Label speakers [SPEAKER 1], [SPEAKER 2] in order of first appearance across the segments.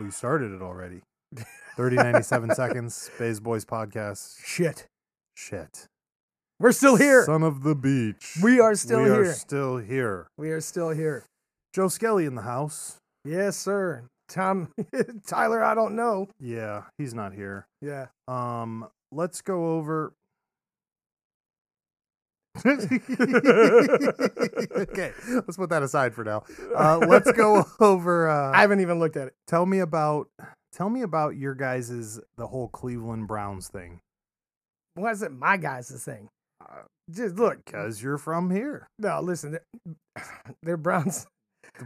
[SPEAKER 1] We started it already. 30, 97 seconds. Space Boys podcast.
[SPEAKER 2] Shit.
[SPEAKER 1] Shit.
[SPEAKER 2] We're still here.
[SPEAKER 1] Son of the beach.
[SPEAKER 2] we are still
[SPEAKER 1] We
[SPEAKER 2] here.
[SPEAKER 1] are still here.
[SPEAKER 2] we are still here.
[SPEAKER 1] Joe Skelly in the house.
[SPEAKER 2] Yes, sir. Tom, Tyler, I don't know.
[SPEAKER 1] Yeah, he's not here.
[SPEAKER 2] Yeah.
[SPEAKER 1] Um, let's go over. okay, let's put that aside for now. Uh, let's go over. Uh,
[SPEAKER 2] I haven't even looked at it.
[SPEAKER 1] tell me about tell me about your guys's the whole Cleveland Browns thing.
[SPEAKER 2] Why is it my guys' thing?
[SPEAKER 1] Uh,
[SPEAKER 2] Just look.
[SPEAKER 1] because you're from here.
[SPEAKER 2] No, listen. They're, they're Browns.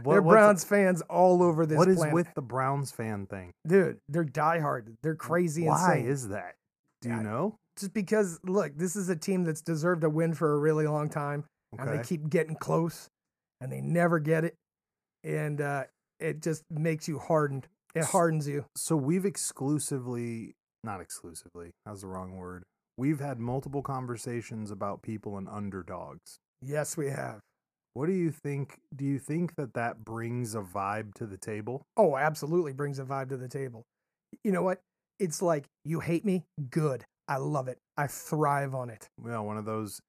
[SPEAKER 1] What,
[SPEAKER 2] they're
[SPEAKER 1] what's-
[SPEAKER 2] Browns fans all over this
[SPEAKER 1] What is
[SPEAKER 2] planet.
[SPEAKER 1] with the Browns fan thing?
[SPEAKER 2] Dude, they're diehard. They're crazy
[SPEAKER 1] Why
[SPEAKER 2] insane.
[SPEAKER 1] is that? Do you
[SPEAKER 2] I-
[SPEAKER 1] know?
[SPEAKER 2] Just because, look, this is a team that's deserved a win for a really long time. and they
[SPEAKER 1] Okay.
[SPEAKER 2] keep getting close and they never get it and uh, it just makes you hardened it
[SPEAKER 1] S-
[SPEAKER 2] hardens you
[SPEAKER 1] So we've exclusively, not exclusively, that was the wrong word. We've had multiple conversations about people and underdogs.
[SPEAKER 2] yes we have
[SPEAKER 1] What do you think? Do you think that that brings a vibe to the table?
[SPEAKER 2] oh absolutely brings a vibe to the table you know what it's like you hate me good i love it i thrive on it
[SPEAKER 1] Well, one of those,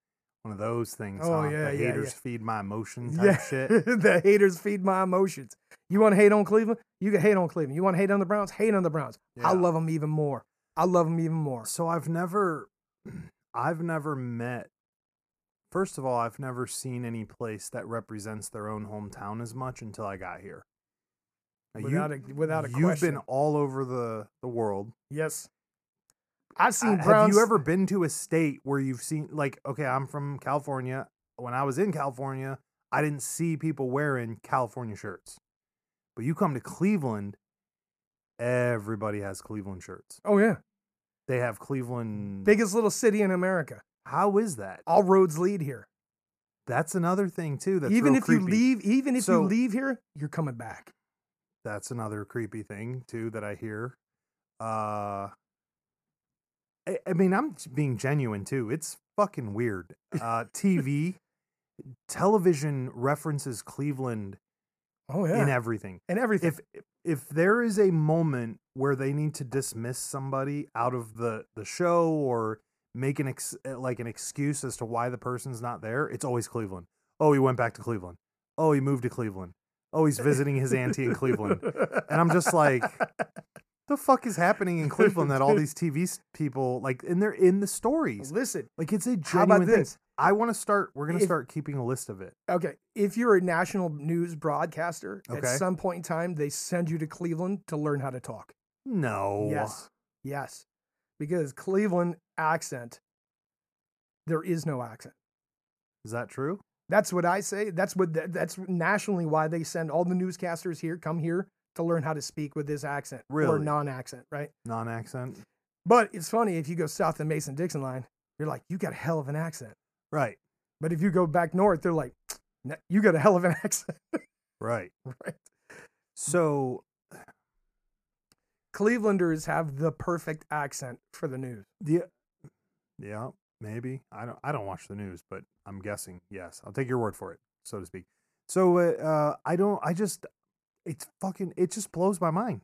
[SPEAKER 1] one of those things.
[SPEAKER 2] Oh,
[SPEAKER 1] huh?
[SPEAKER 2] yeah,
[SPEAKER 1] the
[SPEAKER 2] yeah, yeah.
[SPEAKER 1] haters feed my emotion type shit.
[SPEAKER 2] the haters feed my emotions you want to hate on cleveland you can hate on cleveland you want to hate on the browns hate on the browns
[SPEAKER 1] Yeah.
[SPEAKER 2] i love them even more i love them even more
[SPEAKER 1] So I've never, I've never met. First of all, I've never seen any place that represents their own hometown as much until I got here. Now, you-
[SPEAKER 2] without a without a
[SPEAKER 1] you've
[SPEAKER 2] question
[SPEAKER 1] been all over the the world.
[SPEAKER 2] yes i've
[SPEAKER 1] Uh,
[SPEAKER 2] seen
[SPEAKER 1] have
[SPEAKER 2] browns
[SPEAKER 1] you ever been to a state where you've seen like okay, I'm from California. When I was in California, I didn't see people wearing California shirts. But you come to Cleveland, everybody has Cleveland shirts.
[SPEAKER 2] oh yeah
[SPEAKER 1] They have Cleveland.
[SPEAKER 2] biggest little city in America.
[SPEAKER 1] How is that?
[SPEAKER 2] All roads lead here.
[SPEAKER 1] That's another thing too. That's
[SPEAKER 2] even
[SPEAKER 1] real
[SPEAKER 2] if you
[SPEAKER 1] creepy.
[SPEAKER 2] leave, even if
[SPEAKER 1] So-
[SPEAKER 2] you leave here, you're coming back.
[SPEAKER 1] that's another creepy thing too that I hear. Uh, I, I mean, I'm j- being genuine too. It's fucking weird. Uh, TV, television references Cleveland
[SPEAKER 2] Oh yeah,
[SPEAKER 1] in
[SPEAKER 2] and,
[SPEAKER 1] everything.
[SPEAKER 2] everything.
[SPEAKER 1] If if there is a moment where they need to dismiss somebody out of the the show or make an ex, uh, like an excuse as to why the person's not there, it's always Cleveland. Oh, he went back to Cleveland. Oh, he moved to Cleveland. Oh, he's visiting his auntie in Cleveland. And I'm just like, the fuck is happening in Cleveland that all these TV s- people like, and they're in the stories.
[SPEAKER 2] listen,
[SPEAKER 1] Like it's a
[SPEAKER 2] how
[SPEAKER 1] genuine
[SPEAKER 2] about
[SPEAKER 1] thing.
[SPEAKER 2] this?
[SPEAKER 1] I want to start. We're gonna
[SPEAKER 2] If-
[SPEAKER 1] start keeping a list of it.
[SPEAKER 2] Okay, if you're a national news broadcaster, at
[SPEAKER 1] Okay.
[SPEAKER 2] some point in time, they send you to Cleveland to learn how to talk.
[SPEAKER 1] No.
[SPEAKER 2] Yes, yes, because Cleveland accent, there is no accent.
[SPEAKER 1] Is that true?
[SPEAKER 2] That's what I say. That's what th- that's nationally why they send all the newscasters here come here to learn how to speak with this accent or
[SPEAKER 1] Really?
[SPEAKER 2] non-accent, right?
[SPEAKER 1] Non accent.
[SPEAKER 2] But it's funny if you go south the Mason Dixon line, you're like, you got a hell of an accent.
[SPEAKER 1] Right.
[SPEAKER 2] But if you go back north, they're like, "Nah, you got a hell of an accent,
[SPEAKER 1] Right.
[SPEAKER 2] right?
[SPEAKER 1] So
[SPEAKER 2] Clevelanders have the perfect accent for the news.
[SPEAKER 1] the yeah maybe I don't I don't watch the news, but I'm guessing yes. I'll take your word for it, so to speak. So uh, uh, I don't. I just it's fucking. It just blows my mind.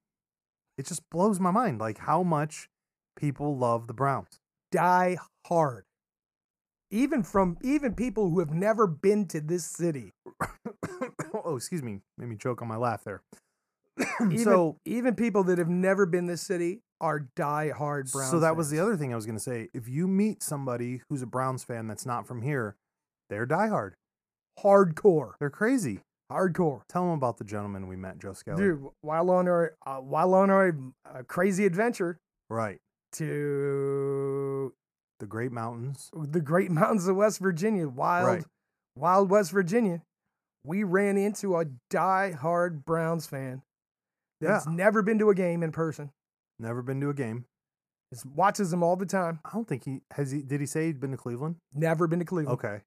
[SPEAKER 1] It just blows my mind. Like how much people love the Browns.
[SPEAKER 2] Die hard. Even from even people who have never been to this city.
[SPEAKER 1] oh, excuse me. Made me choke on my laugh there.
[SPEAKER 2] Even,
[SPEAKER 1] Hmm, so
[SPEAKER 2] even people that have never been this city are die hard Browns.
[SPEAKER 1] so that was the
[SPEAKER 2] fans.
[SPEAKER 1] other thing I was going to say. If you meet somebody who's a Browns fan that's not from here, they're diehard.
[SPEAKER 2] hardcore,
[SPEAKER 1] They're crazy.
[SPEAKER 2] hardcore.
[SPEAKER 1] Tell them about the gentleman we met, Joe Skelly.
[SPEAKER 2] Dude, while on our uh, while on our uh, crazy adventure
[SPEAKER 1] Right.
[SPEAKER 2] to
[SPEAKER 1] The Great Mountains.
[SPEAKER 2] the great mountains of West Virginia, wild,
[SPEAKER 1] Right.
[SPEAKER 2] wild West Virginia, we ran into a die-hard Browns fan that's
[SPEAKER 1] Yeah.
[SPEAKER 2] never been to a game in person.
[SPEAKER 1] Never been to a game.
[SPEAKER 2] Is, watches them all the time.
[SPEAKER 1] I don't think he has. He did he say he'd been to Cleveland?
[SPEAKER 2] Never been to Cleveland.
[SPEAKER 1] Okay.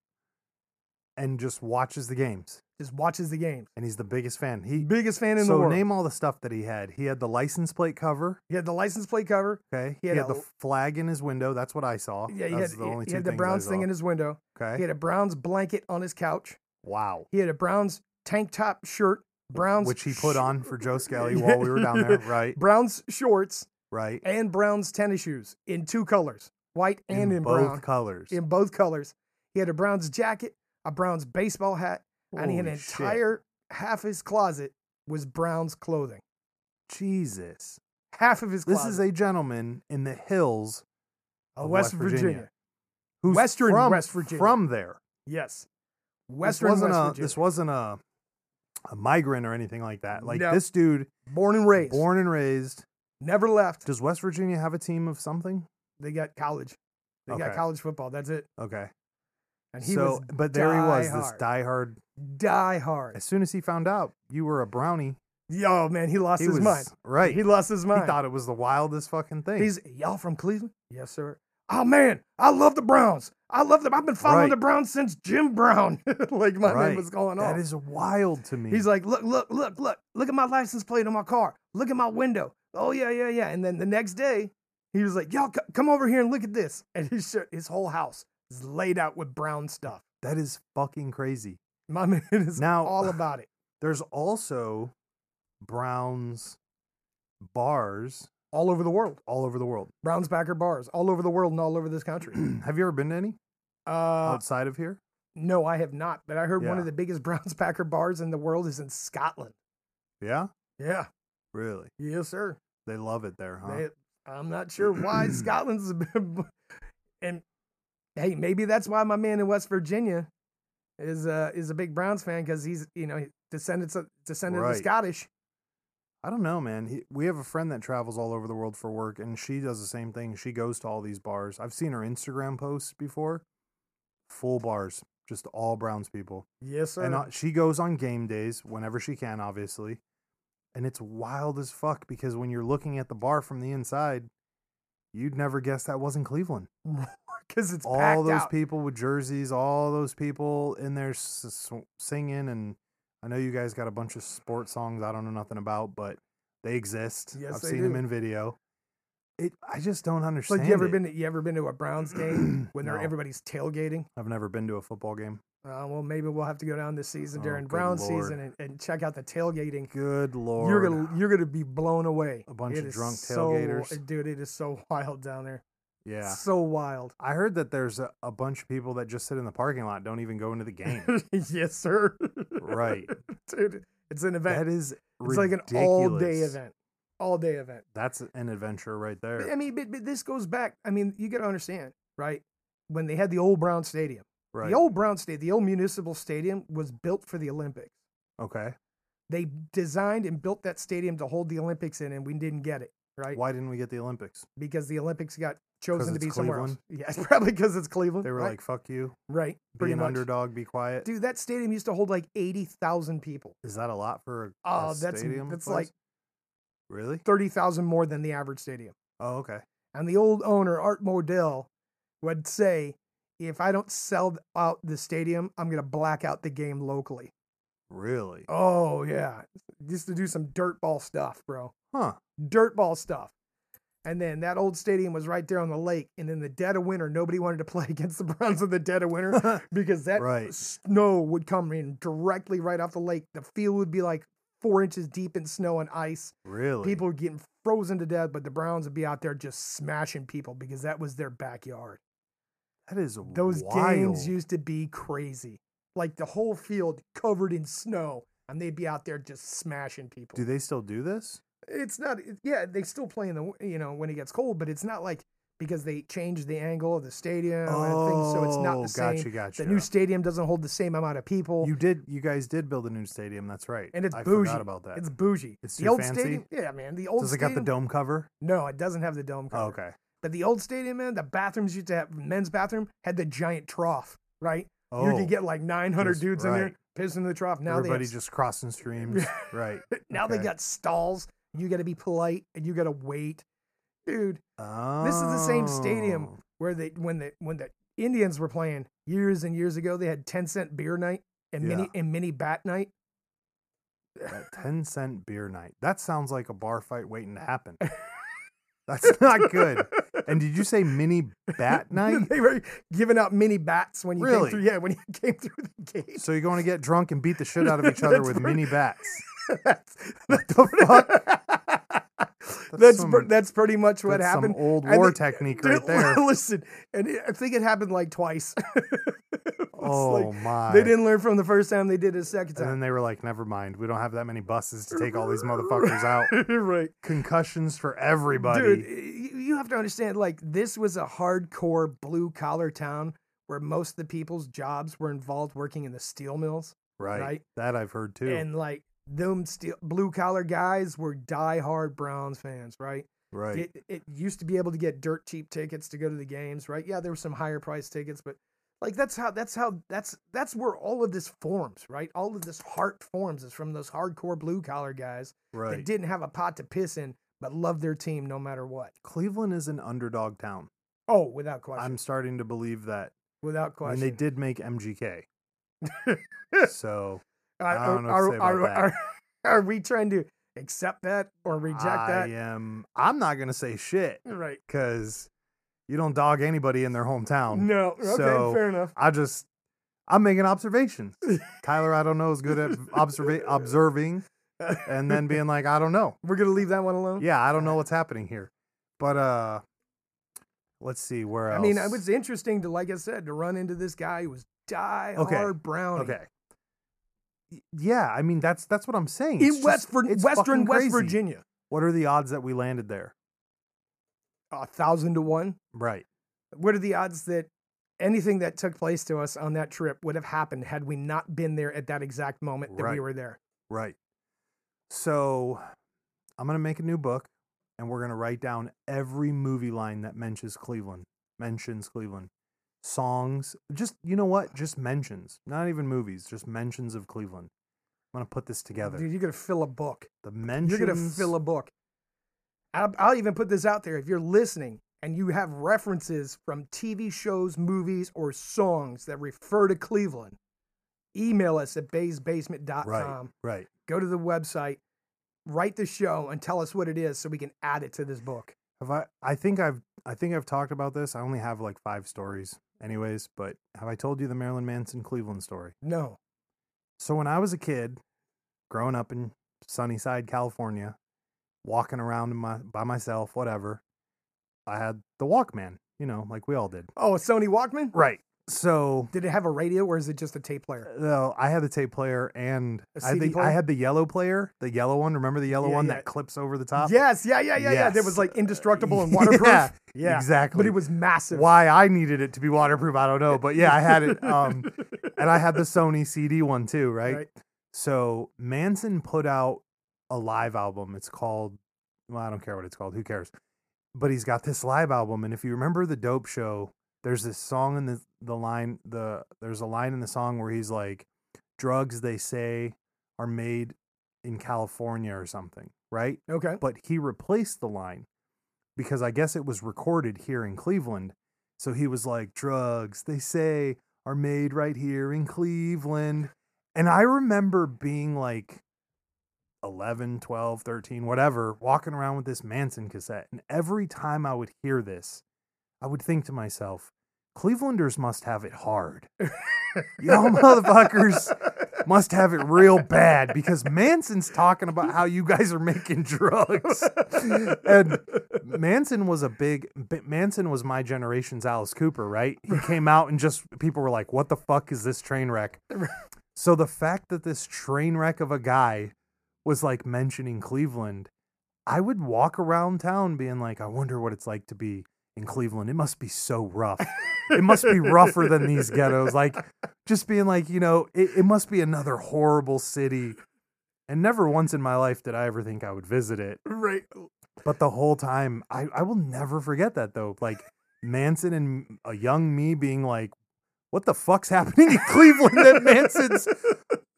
[SPEAKER 1] And just watches the games,
[SPEAKER 2] Just watches the games.
[SPEAKER 1] and he's the biggest fan. He
[SPEAKER 2] Biggest fan in
[SPEAKER 1] so
[SPEAKER 2] the world.
[SPEAKER 1] name all the stuff that he had. He had the license plate cover.
[SPEAKER 2] he had the license plate cover.
[SPEAKER 1] Okay. He
[SPEAKER 2] He had
[SPEAKER 1] had,
[SPEAKER 2] a-
[SPEAKER 1] the flag in his window. That's what I saw.
[SPEAKER 2] Yeah, he
[SPEAKER 1] That's Oh,
[SPEAKER 2] had,
[SPEAKER 1] the
[SPEAKER 2] he-
[SPEAKER 1] only
[SPEAKER 2] he
[SPEAKER 1] two
[SPEAKER 2] had the
[SPEAKER 1] things I
[SPEAKER 2] Browns thing
[SPEAKER 1] saw.
[SPEAKER 2] in his window.
[SPEAKER 1] Okay.
[SPEAKER 2] He had a Browns blanket on his couch.
[SPEAKER 1] wow.
[SPEAKER 2] He had a Browns tank top shirt Brown's
[SPEAKER 1] which he put
[SPEAKER 2] sh-
[SPEAKER 1] on for Joe Skelly while we were down there. Right,
[SPEAKER 2] Brown's shorts
[SPEAKER 1] right.
[SPEAKER 2] and Brown's tennis shoes in two colors, white and in,
[SPEAKER 1] both
[SPEAKER 2] brown,
[SPEAKER 1] colors.
[SPEAKER 2] in both colors. He had a Brown's jacket, a Brown's baseball hat, and he had an
[SPEAKER 1] Holy shit.
[SPEAKER 2] entire half his closet was Brown's clothing.
[SPEAKER 1] Jesus.
[SPEAKER 2] Half of his
[SPEAKER 1] This
[SPEAKER 2] closet.
[SPEAKER 1] is a gentleman in the hills
[SPEAKER 2] of
[SPEAKER 1] of
[SPEAKER 2] West,
[SPEAKER 1] West
[SPEAKER 2] Virginia.
[SPEAKER 1] Virginia. who's
[SPEAKER 2] Western
[SPEAKER 1] from,
[SPEAKER 2] West Virginia.
[SPEAKER 1] From there,
[SPEAKER 2] Yes.
[SPEAKER 1] this
[SPEAKER 2] Western
[SPEAKER 1] wasn't
[SPEAKER 2] West
[SPEAKER 1] a
[SPEAKER 2] Virginia.
[SPEAKER 1] this wasn't a a migrant or anything like that. Like
[SPEAKER 2] No.
[SPEAKER 1] this dude,
[SPEAKER 2] born and raised.
[SPEAKER 1] born and raised.
[SPEAKER 2] Never left.
[SPEAKER 1] Does West Virginia have a team of something?
[SPEAKER 2] They got college. They got
[SPEAKER 1] Okay.
[SPEAKER 2] college football. That's it.
[SPEAKER 1] Okay,
[SPEAKER 2] And he
[SPEAKER 1] so
[SPEAKER 2] was
[SPEAKER 1] but there he was, this diehard.
[SPEAKER 2] diehard. die hard.
[SPEAKER 1] As soon as he found out you were a brownie,
[SPEAKER 2] Yo, man, he lost
[SPEAKER 1] he
[SPEAKER 2] his
[SPEAKER 1] was
[SPEAKER 2] mind.
[SPEAKER 1] right.
[SPEAKER 2] He
[SPEAKER 1] He,
[SPEAKER 2] lost his mind.
[SPEAKER 1] thought it was the wildest fucking thing.
[SPEAKER 2] He's y'all from Cleveland? Yes, sir. Oh man, I love the Browns. I love them. I've been following
[SPEAKER 1] Right.
[SPEAKER 2] the Browns since Jim Brown. like my name
[SPEAKER 1] Right.
[SPEAKER 2] was going on.
[SPEAKER 1] that is wild to me.
[SPEAKER 2] He's like, look, look, look, look, look at my license plate on my car. Look at my window. Oh yeah, yeah, yeah. And then the next day, he was like, y'all c- come over here and look at this. And his shirt, his whole house is laid out with brown stuff.
[SPEAKER 1] that is fucking crazy.
[SPEAKER 2] My man is
[SPEAKER 1] Now-
[SPEAKER 2] all about it.
[SPEAKER 1] There's also Browns bars
[SPEAKER 2] All over the world,
[SPEAKER 1] all over the world.
[SPEAKER 2] Browns backer bars, all over the world and all over this country.
[SPEAKER 1] have you ever been to any
[SPEAKER 2] Uh,
[SPEAKER 1] outside of here?
[SPEAKER 2] no, I have not, but I heard one
[SPEAKER 1] Oh. Yeah.
[SPEAKER 2] of the biggest Browns Packer bars in the world is in Scotland.
[SPEAKER 1] Yeah,
[SPEAKER 2] Yeah,
[SPEAKER 1] really.
[SPEAKER 2] yes, sir.
[SPEAKER 1] They love it there, huh?
[SPEAKER 2] They, I'm not sure why Scotland's a bit- and hey, maybe that's why my man in West Virginia is uh is a big Browns fan because he's you know descendants of, descendant of
[SPEAKER 1] Right.
[SPEAKER 2] the Scottish.
[SPEAKER 1] I don't know, man. He, we have a friend that travels all over the world for work, and she does the same thing. She goes to all these bars. I've seen her Instagram posts before, full bars, just all Browns people.
[SPEAKER 2] Yes, sir.
[SPEAKER 1] And uh, she goes on game days whenever she can, obviously. And it's wild as fuck because when you're looking at the bar from the inside, you'd never guess that wasn't Cleveland.
[SPEAKER 2] Because it's
[SPEAKER 1] all
[SPEAKER 2] packed
[SPEAKER 1] those
[SPEAKER 2] out.
[SPEAKER 1] people with jerseys, all those people in there s- s- singing, and I know you guys got a bunch of sports songs I don't know nothing about, but they exist.
[SPEAKER 2] Yes,
[SPEAKER 1] I've
[SPEAKER 2] they
[SPEAKER 1] seen them
[SPEAKER 2] do.
[SPEAKER 1] in video. It, I just don't
[SPEAKER 2] It's
[SPEAKER 1] understand.
[SPEAKER 2] Like you ever
[SPEAKER 1] it.
[SPEAKER 2] been to, you ever been to a Browns game when they're
[SPEAKER 1] No.
[SPEAKER 2] everybody's tailgating?
[SPEAKER 1] I've never been to a football game.
[SPEAKER 2] Uh, well, maybe we'll have to go down this season
[SPEAKER 1] Oh,
[SPEAKER 2] during
[SPEAKER 1] good
[SPEAKER 2] Browns
[SPEAKER 1] Lord.
[SPEAKER 2] season and, and check out the tailgating.
[SPEAKER 1] Good lord,
[SPEAKER 2] You're gonna you're gonna be blown away.
[SPEAKER 1] a bunch
[SPEAKER 2] It
[SPEAKER 1] of
[SPEAKER 2] is
[SPEAKER 1] drunk
[SPEAKER 2] so-
[SPEAKER 1] tailgaters.
[SPEAKER 2] dude. It is so wild down there.
[SPEAKER 1] yeah,
[SPEAKER 2] So wild.
[SPEAKER 1] I heard that there's a, a bunch of people that just sit in the parking lot, don't even go into the game.
[SPEAKER 2] yes, sir.
[SPEAKER 1] Right.
[SPEAKER 2] dude. It's an event.
[SPEAKER 1] that is
[SPEAKER 2] it's
[SPEAKER 1] ridiculous.
[SPEAKER 2] like an all day event. All day event.
[SPEAKER 1] That's an adventure right
[SPEAKER 2] But,
[SPEAKER 1] there.
[SPEAKER 2] I mean, but, but this goes back. I mean, you got to understand, right? When they had the old Brown Stadium,
[SPEAKER 1] right.
[SPEAKER 2] the old Brown Stadium, the old Municipal Stadium was built for the Olympics.
[SPEAKER 1] okay.
[SPEAKER 2] They designed and built that stadium to hold the Olympics in, and we didn't get it, right?
[SPEAKER 1] Why didn't we get the Olympics?
[SPEAKER 2] Because the Olympics got chosen to
[SPEAKER 1] it's
[SPEAKER 2] be somewhere else. Yeah, it's probably because it's Cleveland.
[SPEAKER 1] They were
[SPEAKER 2] right?
[SPEAKER 1] like, "Fuck you,
[SPEAKER 2] right,
[SPEAKER 1] be
[SPEAKER 2] pretty
[SPEAKER 1] an
[SPEAKER 2] much.
[SPEAKER 1] underdog, be quiet."
[SPEAKER 2] Dude, that stadium used to hold like eighty thousand people.
[SPEAKER 1] Is that a lot for a,
[SPEAKER 2] Oh,
[SPEAKER 1] a
[SPEAKER 2] that's-
[SPEAKER 1] stadium?
[SPEAKER 2] that's
[SPEAKER 1] place?
[SPEAKER 2] like-
[SPEAKER 1] really.
[SPEAKER 2] 30,000 more than the average stadium.
[SPEAKER 1] Oh, okay.
[SPEAKER 2] And the old owner, Art Modell, would say, if I don't sell out the stadium, I'm going to black out the game locally.
[SPEAKER 1] Really?
[SPEAKER 2] Oh, yeah. Just to do some dirtball stuff, bro.
[SPEAKER 1] Huh.
[SPEAKER 2] Dirtball stuff. And then that old stadium was right there on the lake. And in the dead of winter, nobody wanted to play against the Browns in the dead of winter because that
[SPEAKER 1] Right.
[SPEAKER 2] snow would come in directly right off the lake. The field would be like four inches deep in snow and ice.
[SPEAKER 1] really?
[SPEAKER 2] People were getting frozen to death, but the Browns would be out there just smashing people because that was their backyard.
[SPEAKER 1] that is
[SPEAKER 2] Those
[SPEAKER 1] wild.
[SPEAKER 2] games used to be crazy. Like the whole field covered in snow, and they'd be out there just smashing people.
[SPEAKER 1] Do they still do this?
[SPEAKER 2] it's not, it- yeah, they still play in the, w- you know, when it gets cold, but it's not like because they changed the angle of the stadium and things, so it's not
[SPEAKER 1] Oh,
[SPEAKER 2] the same.
[SPEAKER 1] gotcha, gotcha.
[SPEAKER 2] The new stadium doesn't hold the same amount of people.
[SPEAKER 1] you did. You guys did build a new stadium. That's right.
[SPEAKER 2] and it's
[SPEAKER 1] I
[SPEAKER 2] bougie.
[SPEAKER 1] forgot about that.
[SPEAKER 2] It's bougie.
[SPEAKER 1] It's
[SPEAKER 2] the
[SPEAKER 1] too
[SPEAKER 2] old
[SPEAKER 1] fancy?
[SPEAKER 2] stadium, yeah, man. The old
[SPEAKER 1] Does it
[SPEAKER 2] stadium.
[SPEAKER 1] got the dome cover?
[SPEAKER 2] No, it doesn't have the dome cover.
[SPEAKER 1] Oh, okay.
[SPEAKER 2] But the old stadium, man, the bathrooms used to have men's bathroom had the giant trough, right?
[SPEAKER 1] Oh,
[SPEAKER 2] you could get like 900
[SPEAKER 1] just
[SPEAKER 2] dudes in
[SPEAKER 1] right.
[SPEAKER 2] there pissing in the trough. Now
[SPEAKER 1] everybody
[SPEAKER 2] they have,
[SPEAKER 1] just crossing streams. right.
[SPEAKER 2] now they
[SPEAKER 1] okay.
[SPEAKER 2] got stalls. You got to be polite and you got to wait, dude. is the same stadium
[SPEAKER 1] Oh,
[SPEAKER 2] Where they when the when the Indians were playing years and years ago, they had 10 cent beer night and mini and mini bat night.
[SPEAKER 1] that ten cent beer night. That sounds like a bar fight waiting to happen. That's not good. And did you say mini bat night?
[SPEAKER 2] they were giving out mini bats when you came
[SPEAKER 1] Really?
[SPEAKER 2] through. Yeah, when you came through the gate.
[SPEAKER 1] So you're going to get drunk and beat the shit out of each other
[SPEAKER 2] That's
[SPEAKER 1] with
[SPEAKER 2] right.
[SPEAKER 1] mini bats.
[SPEAKER 2] that's, what the fuck? that's that's,
[SPEAKER 1] some-
[SPEAKER 2] pre- that's pretty much what
[SPEAKER 1] That's
[SPEAKER 2] happened.
[SPEAKER 1] Some old
[SPEAKER 2] I
[SPEAKER 1] war
[SPEAKER 2] think-
[SPEAKER 1] technique
[SPEAKER 2] Dude,
[SPEAKER 1] right there.
[SPEAKER 2] Listen, and it, I think it happened like twice. It's
[SPEAKER 1] oh
[SPEAKER 2] like,
[SPEAKER 1] my!
[SPEAKER 2] they didn't learn from the first time. They did it a second
[SPEAKER 1] And then
[SPEAKER 2] time.
[SPEAKER 1] they were like, "Never mind. We don't have that many buses to take all these motherfuckers out.
[SPEAKER 2] right,
[SPEAKER 1] Concussions for everybody."
[SPEAKER 2] dude. y- You have to understand. Like this was a hardcore blue collar town where most of the people's jobs were involved working in the steel mills,
[SPEAKER 1] right.
[SPEAKER 2] right?
[SPEAKER 1] That I've heard too.
[SPEAKER 2] And like them steel blue collar guys were diehard Browns fans, right?
[SPEAKER 1] right.
[SPEAKER 2] It, it used to be able to get dirt cheap tickets to go to the games, right? Yeah, there were some higher price tickets, but like that's how that's how that's that's where all of this forms, right? All of this heart forms is from those hardcore blue collar guys that
[SPEAKER 1] right.
[SPEAKER 2] didn't have a pot to piss in, but loved their team no matter what.
[SPEAKER 1] Cleveland is an underdog town.
[SPEAKER 2] Oh, without question,
[SPEAKER 1] I'm starting to believe that.
[SPEAKER 2] without
[SPEAKER 1] I mean, they
[SPEAKER 2] question.
[SPEAKER 1] did make MGK. so I
[SPEAKER 2] are,
[SPEAKER 1] don't know what to say
[SPEAKER 2] oh, are-
[SPEAKER 1] about that.
[SPEAKER 2] are- are we trying to accept that or reject
[SPEAKER 1] I
[SPEAKER 2] that? Mm.
[SPEAKER 1] am. I'm not gonna say shit
[SPEAKER 2] Right.
[SPEAKER 1] because you don't dog anybody in their hometown.
[SPEAKER 2] No. Okay.
[SPEAKER 1] So-
[SPEAKER 2] fair enough.
[SPEAKER 1] I just I'm making observations. Tyler, I don't know, is good at observa- observing and then being like, I don't know.
[SPEAKER 2] We're gonna leave that one alone.
[SPEAKER 1] Yeah, I don't know what's happening here. But uh let's see where
[SPEAKER 2] I
[SPEAKER 1] else.
[SPEAKER 2] mean, it was interesting to, like I said, to run into this guy who was die
[SPEAKER 1] Okay.
[SPEAKER 2] hard brown
[SPEAKER 1] Okay. Y- Yeah, I mean that's that's what I'm saying.
[SPEAKER 2] in
[SPEAKER 1] It's just-
[SPEAKER 2] West Vir-
[SPEAKER 1] it's
[SPEAKER 2] Western
[SPEAKER 1] fucking
[SPEAKER 2] West
[SPEAKER 1] crazy.
[SPEAKER 2] Virginia.
[SPEAKER 1] What are the odds that we landed there?
[SPEAKER 2] A thousand to one.
[SPEAKER 1] Right.
[SPEAKER 2] What are the odds that anything that took place to us on that trip would have happened had we not been there at that exact moment that we
[SPEAKER 1] Right.
[SPEAKER 2] were there?
[SPEAKER 1] Right. So I'm gonna make a new book and we're gonna write down every movie line that mentions Cleveland. Mentions Cleveland. Songs. Just you know what? Just mentions. Not even movies, just mentions of Cleveland. I'm gonna put this together.
[SPEAKER 2] Dude, you're gonna fill a book.
[SPEAKER 1] the mentions
[SPEAKER 2] You're gonna fill a book. I'll, I'll even put this out there. If you're listening and you have references from TV shows, movies, or songs that refer to Cleveland, email us at baysbasement.com.
[SPEAKER 1] Right. Right.
[SPEAKER 2] go to the website, write the show, and tell us what it is so we can add it to this book.
[SPEAKER 1] Have I I think I've I think I've talked about this. I only have like five stories anyways, but have I told you the Marilyn Manson Cleveland story?
[SPEAKER 2] No.
[SPEAKER 1] So when I was a kid, growing up in Sunnyside, California, walking around in my by myself, whatever, I had the Walkman, you know, like we all did.
[SPEAKER 2] Oh, a Sony Walkman?
[SPEAKER 1] Right. So
[SPEAKER 2] Did it have a radio or is it just a tape player?
[SPEAKER 1] uh, I had the tape player and
[SPEAKER 2] A
[SPEAKER 1] I, had
[SPEAKER 2] CD
[SPEAKER 1] the,
[SPEAKER 2] player?
[SPEAKER 1] I had the yellow player, the yellow one. Remember the yellow
[SPEAKER 2] Yeah,
[SPEAKER 1] one
[SPEAKER 2] yeah.
[SPEAKER 1] that clips over the top?
[SPEAKER 2] Yes, yeah, yeah, yeah, yeah. That
[SPEAKER 1] uh, Yes.
[SPEAKER 2] was like indestructible and waterproof.
[SPEAKER 1] Yeah,
[SPEAKER 2] Yeah,
[SPEAKER 1] exactly.
[SPEAKER 2] But it was massive.
[SPEAKER 1] why I needed it to be waterproof, I don't know. But yeah, I had it. Um, and I had the Sony CD one too, right?
[SPEAKER 2] Right.
[SPEAKER 1] So Manson put out a live album. It's called, well, I don't care what it's called. Who cares? But he's got this live album. And if you remember the Dope Show, there's this song in the, the line, the there's a line in the song where he's like, drugs they say are made in California or something, right?
[SPEAKER 2] Okay.
[SPEAKER 1] but he replaced the line because I guess it was recorded here in Cleveland. So he was like, drugs, they say, are made right here in Cleveland. And I remember being like 11, 12, 13, whatever, walking around with this Manson cassette. And every time I would hear this, I would think to myself, Clevelanders must have it hard. Y'all motherfuckers must have it real bad because Manson's talking about how you guys are making drugs. and Manson was a big B- Manson was my generation's Alice Cooper, right? He came out and just people were like, "What the fuck is this train wreck?" so the fact that this train wreck of a guy was like mentioning Cleveland, I would walk around town being like, "I wonder what it's like to be in Cleveland. It must be so rough." It must be rougher than these ghettos. Like, just being like, you know, it, it must be another horrible city. And never once in my life did I ever think I would visit it.
[SPEAKER 2] Right.
[SPEAKER 1] But the whole time, I, I will never forget that though. Like Manson and a young me being like, what the fuck's happening in Cleveland that Manson's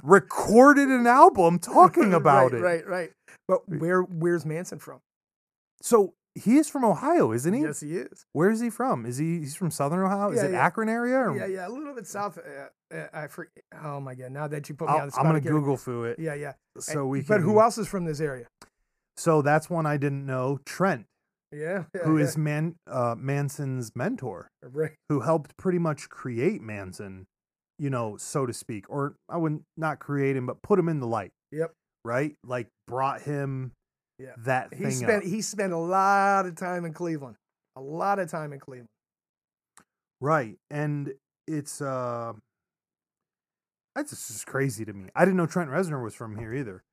[SPEAKER 1] recorded an album talking about
[SPEAKER 2] Right,
[SPEAKER 1] it?
[SPEAKER 2] Right, right. But where where's Manson from?
[SPEAKER 1] So he is from Ohio, isn't he?
[SPEAKER 2] Yes, he is.
[SPEAKER 1] Where is he from? Is he he's from Southern Ohio? Is
[SPEAKER 2] Yeah,
[SPEAKER 1] it
[SPEAKER 2] yeah.
[SPEAKER 1] Akron area? Or?
[SPEAKER 2] Yeah, yeah, a little bit south. Uh, uh, I forget. Oh my god! Now that you put me
[SPEAKER 1] I'll-
[SPEAKER 2] on the spot,
[SPEAKER 1] I'm gonna
[SPEAKER 2] again.
[SPEAKER 1] Google foo it
[SPEAKER 2] Yeah, yeah.
[SPEAKER 1] so
[SPEAKER 2] And-
[SPEAKER 1] we can.
[SPEAKER 2] But who else is from this area?
[SPEAKER 1] So that's one I didn't know. Trent,
[SPEAKER 2] Yeah. yeah,
[SPEAKER 1] who
[SPEAKER 2] yeah.
[SPEAKER 1] is Man uh, Manson's mentor,
[SPEAKER 2] Right.
[SPEAKER 1] who helped pretty much create Manson, you know, so to speak, or I wouldn't not create him, but put him in the light.
[SPEAKER 2] Yep.
[SPEAKER 1] right? Like brought him
[SPEAKER 2] Yeah.
[SPEAKER 1] that
[SPEAKER 2] He
[SPEAKER 1] thing up.
[SPEAKER 2] spent he spent a lot of time in Cleveland. A lot of time in Cleveland.
[SPEAKER 1] Right. And it's uh that's just just crazy to me. I didn't know Trent Reznor was from here either.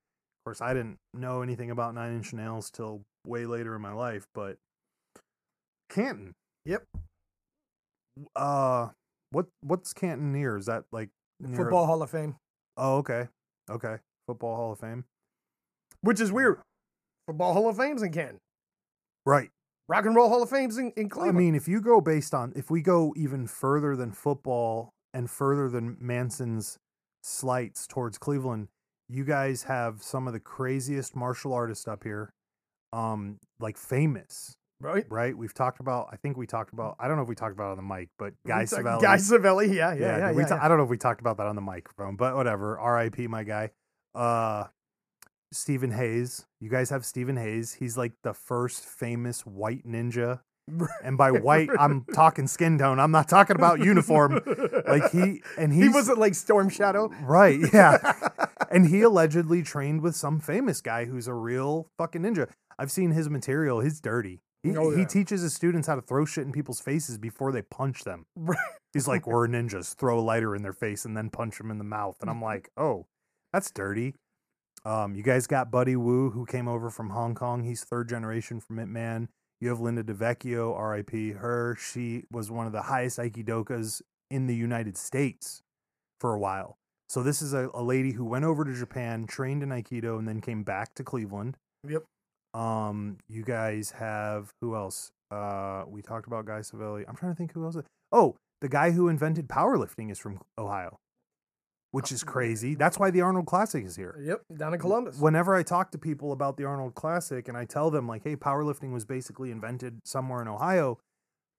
[SPEAKER 1] Of course, I didn't know anything about Nine Inch Nails till way later in my life, but Canton.
[SPEAKER 2] Yep.
[SPEAKER 1] Uh what what's Canton near? Is that like near a-
[SPEAKER 2] Football Hall of Fame,
[SPEAKER 1] Oh, okay. Okay. Football Hall of Fame.
[SPEAKER 2] which is weird. Football Hall of Fame's in Canton.
[SPEAKER 1] Right.
[SPEAKER 2] Rock and Roll Hall of Fame's in, in
[SPEAKER 1] I
[SPEAKER 2] Cleveland.
[SPEAKER 1] mean, if you go based on if we go even further than football and further than Manson's slights towards Cleveland, you guys have some of the craziest martial artists up here. Um, like famous,
[SPEAKER 2] right?
[SPEAKER 1] right? We've talked about I think we talked about I don't know if we talked about it on the mic, but
[SPEAKER 2] Mm. We
[SPEAKER 1] Guy
[SPEAKER 2] talk-
[SPEAKER 1] Savelli.
[SPEAKER 2] Guy Savelli, yeah, yeah, yeah.
[SPEAKER 1] did
[SPEAKER 2] yeah,
[SPEAKER 1] we
[SPEAKER 2] yeah.
[SPEAKER 1] ta- I don't know if we talked about that on the microphone, but whatever. R.I.P. my guy. Uh Stephen Hayes. You guys have Stephen Hayes. He's like the first famous white ninja and by white, I'm talking skin tone. I'm not talking about uniform. Like he and
[SPEAKER 2] he
[SPEAKER 1] he's,
[SPEAKER 2] wasn't like Storm Shadow.
[SPEAKER 1] right, yeah. And he allegedly trained with some famous guy who's a real fucking ninja. I've seen his material. He's dirty. He,
[SPEAKER 2] Oh,
[SPEAKER 1] he
[SPEAKER 2] yeah.
[SPEAKER 1] teaches his students how to throw shit in people's faces before they punch them.
[SPEAKER 2] Right.
[SPEAKER 1] He's like, "We're ninjas. Throw a lighter in their face and then punch them in the mouth." And I'm like, "Oh, that's dirty." Um, you guys got Buddy Wu, who came over from Hong Kong. He's third generation from it, man. You have Linda DeVecchio, R.I.P. Her. She was one of the highest Aikidokas in the United States for a while. So this is a, a lady who went over to Japan, trained in Aikido, and then came back to Cleveland.
[SPEAKER 2] Yep.
[SPEAKER 1] Um, you guys have who else? Uh, we talked about Guy Savelli. I'm trying to think who else. Oh, the guy who invented powerlifting is from Ohio, which is crazy. That's why the Arnold Classic is here.
[SPEAKER 2] Yep, down in Oh, Columbus.
[SPEAKER 1] Whenever I talk to people about the Arnold Classic and I tell them like, "Hey, powerlifting was basically invented somewhere in Ohio,"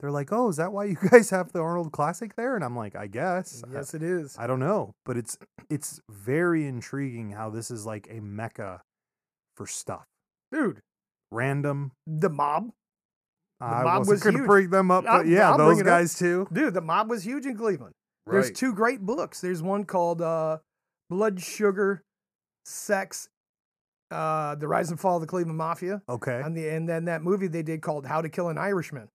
[SPEAKER 1] they're like, "Oh, is that why you guys have the Arnold Classic there?" And I'm like, "I guess."
[SPEAKER 2] yes, it is.
[SPEAKER 1] I don't know, but it's it's very intriguing how this is like a mecca for stuff.
[SPEAKER 2] Dude,
[SPEAKER 1] Random.
[SPEAKER 2] the mob. The
[SPEAKER 1] I
[SPEAKER 2] mob
[SPEAKER 1] wasn't
[SPEAKER 2] was
[SPEAKER 1] gonna
[SPEAKER 2] huge.
[SPEAKER 1] bring them up,
[SPEAKER 2] I'll-
[SPEAKER 1] but yeah,
[SPEAKER 2] I'll bring
[SPEAKER 1] those
[SPEAKER 2] it up.
[SPEAKER 1] guys too.
[SPEAKER 2] Dude, the mob was huge in Cleveland. There's two great books. There's one called uh, Blood Sugar, Sex, uh, The Rise and Fall of the Cleveland Mafia,
[SPEAKER 1] Okay.
[SPEAKER 2] and the and then that movie they did called How to Kill an Irishman.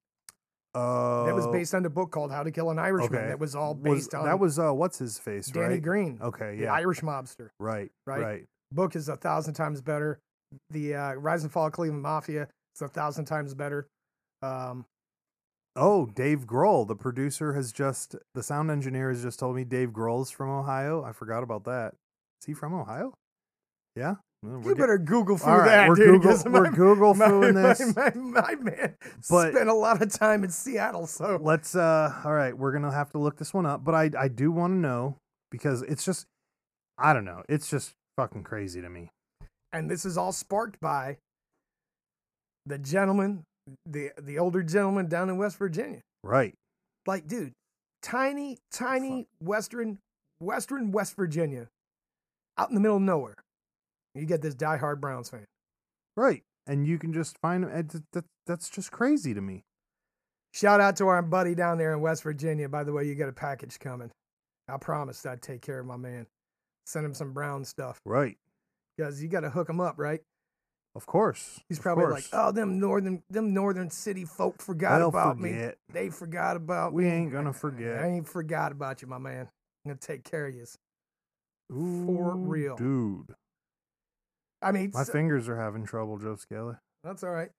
[SPEAKER 1] Uh,
[SPEAKER 2] That was based on the book called How to Kill an Irishman.
[SPEAKER 1] Okay.
[SPEAKER 2] That was all
[SPEAKER 1] was-
[SPEAKER 2] based on
[SPEAKER 1] that was uh, what's his face,
[SPEAKER 2] Danny
[SPEAKER 1] right?
[SPEAKER 2] Green,
[SPEAKER 1] Okay.
[SPEAKER 2] the
[SPEAKER 1] Yeah.
[SPEAKER 2] Irish mobster.
[SPEAKER 1] right. Right.
[SPEAKER 2] right? Book is a thousand times better. The uh, Rise and Fall of Cleveland Mafia is a thousand times better. Um,
[SPEAKER 1] Oh, Dave Grohl, the producer has just the sound engineer has just told me Dave Grohl's from Ohio. I forgot about that. Is he from Ohio? Yeah. Well, we're
[SPEAKER 2] you
[SPEAKER 1] get-
[SPEAKER 2] better Google through
[SPEAKER 1] All right,
[SPEAKER 2] that,
[SPEAKER 1] we're
[SPEAKER 2] dude.
[SPEAKER 1] Google,
[SPEAKER 2] 'cause
[SPEAKER 1] we're Google
[SPEAKER 2] my,
[SPEAKER 1] fooling
[SPEAKER 2] my-
[SPEAKER 1] this.
[SPEAKER 2] my- my man
[SPEAKER 1] But-
[SPEAKER 2] spent a lot of time in Seattle, so
[SPEAKER 1] let's uh all right we're gonna have to look this one up but i i do want to know because it's just i don't know it's just fucking crazy to me
[SPEAKER 2] and this is all sparked by the gentleman, the the older gentleman down in West Virginia.
[SPEAKER 1] right
[SPEAKER 2] Like, dude, tiny, tiny western, western West Virginia, out in the middle of nowhere. You get this diehard Browns fan.
[SPEAKER 1] right and you can just find that, that, that's just crazy to me
[SPEAKER 2] Shout out to our buddy down there in West Virginia. By the way, you got a package coming. I promised I'd take care of my man. Send him some brown stuff
[SPEAKER 1] right
[SPEAKER 2] because you got to hook him up, right?
[SPEAKER 1] of course
[SPEAKER 2] He's
[SPEAKER 1] Of
[SPEAKER 2] probably
[SPEAKER 1] course.
[SPEAKER 2] like, "Oh, them northern, them northern city folk forgot
[SPEAKER 1] They'll
[SPEAKER 2] about me.
[SPEAKER 1] forget.
[SPEAKER 2] They forgot about
[SPEAKER 1] we
[SPEAKER 2] me.
[SPEAKER 1] ain't gonna
[SPEAKER 2] I
[SPEAKER 1] forget
[SPEAKER 2] ain't forgot about you, my man. I'm gonna take care of you."
[SPEAKER 1] Ooh,
[SPEAKER 2] real.
[SPEAKER 1] dude
[SPEAKER 2] I mean,
[SPEAKER 1] my
[SPEAKER 2] so-
[SPEAKER 1] fingers are having trouble joe scala
[SPEAKER 2] that's all right.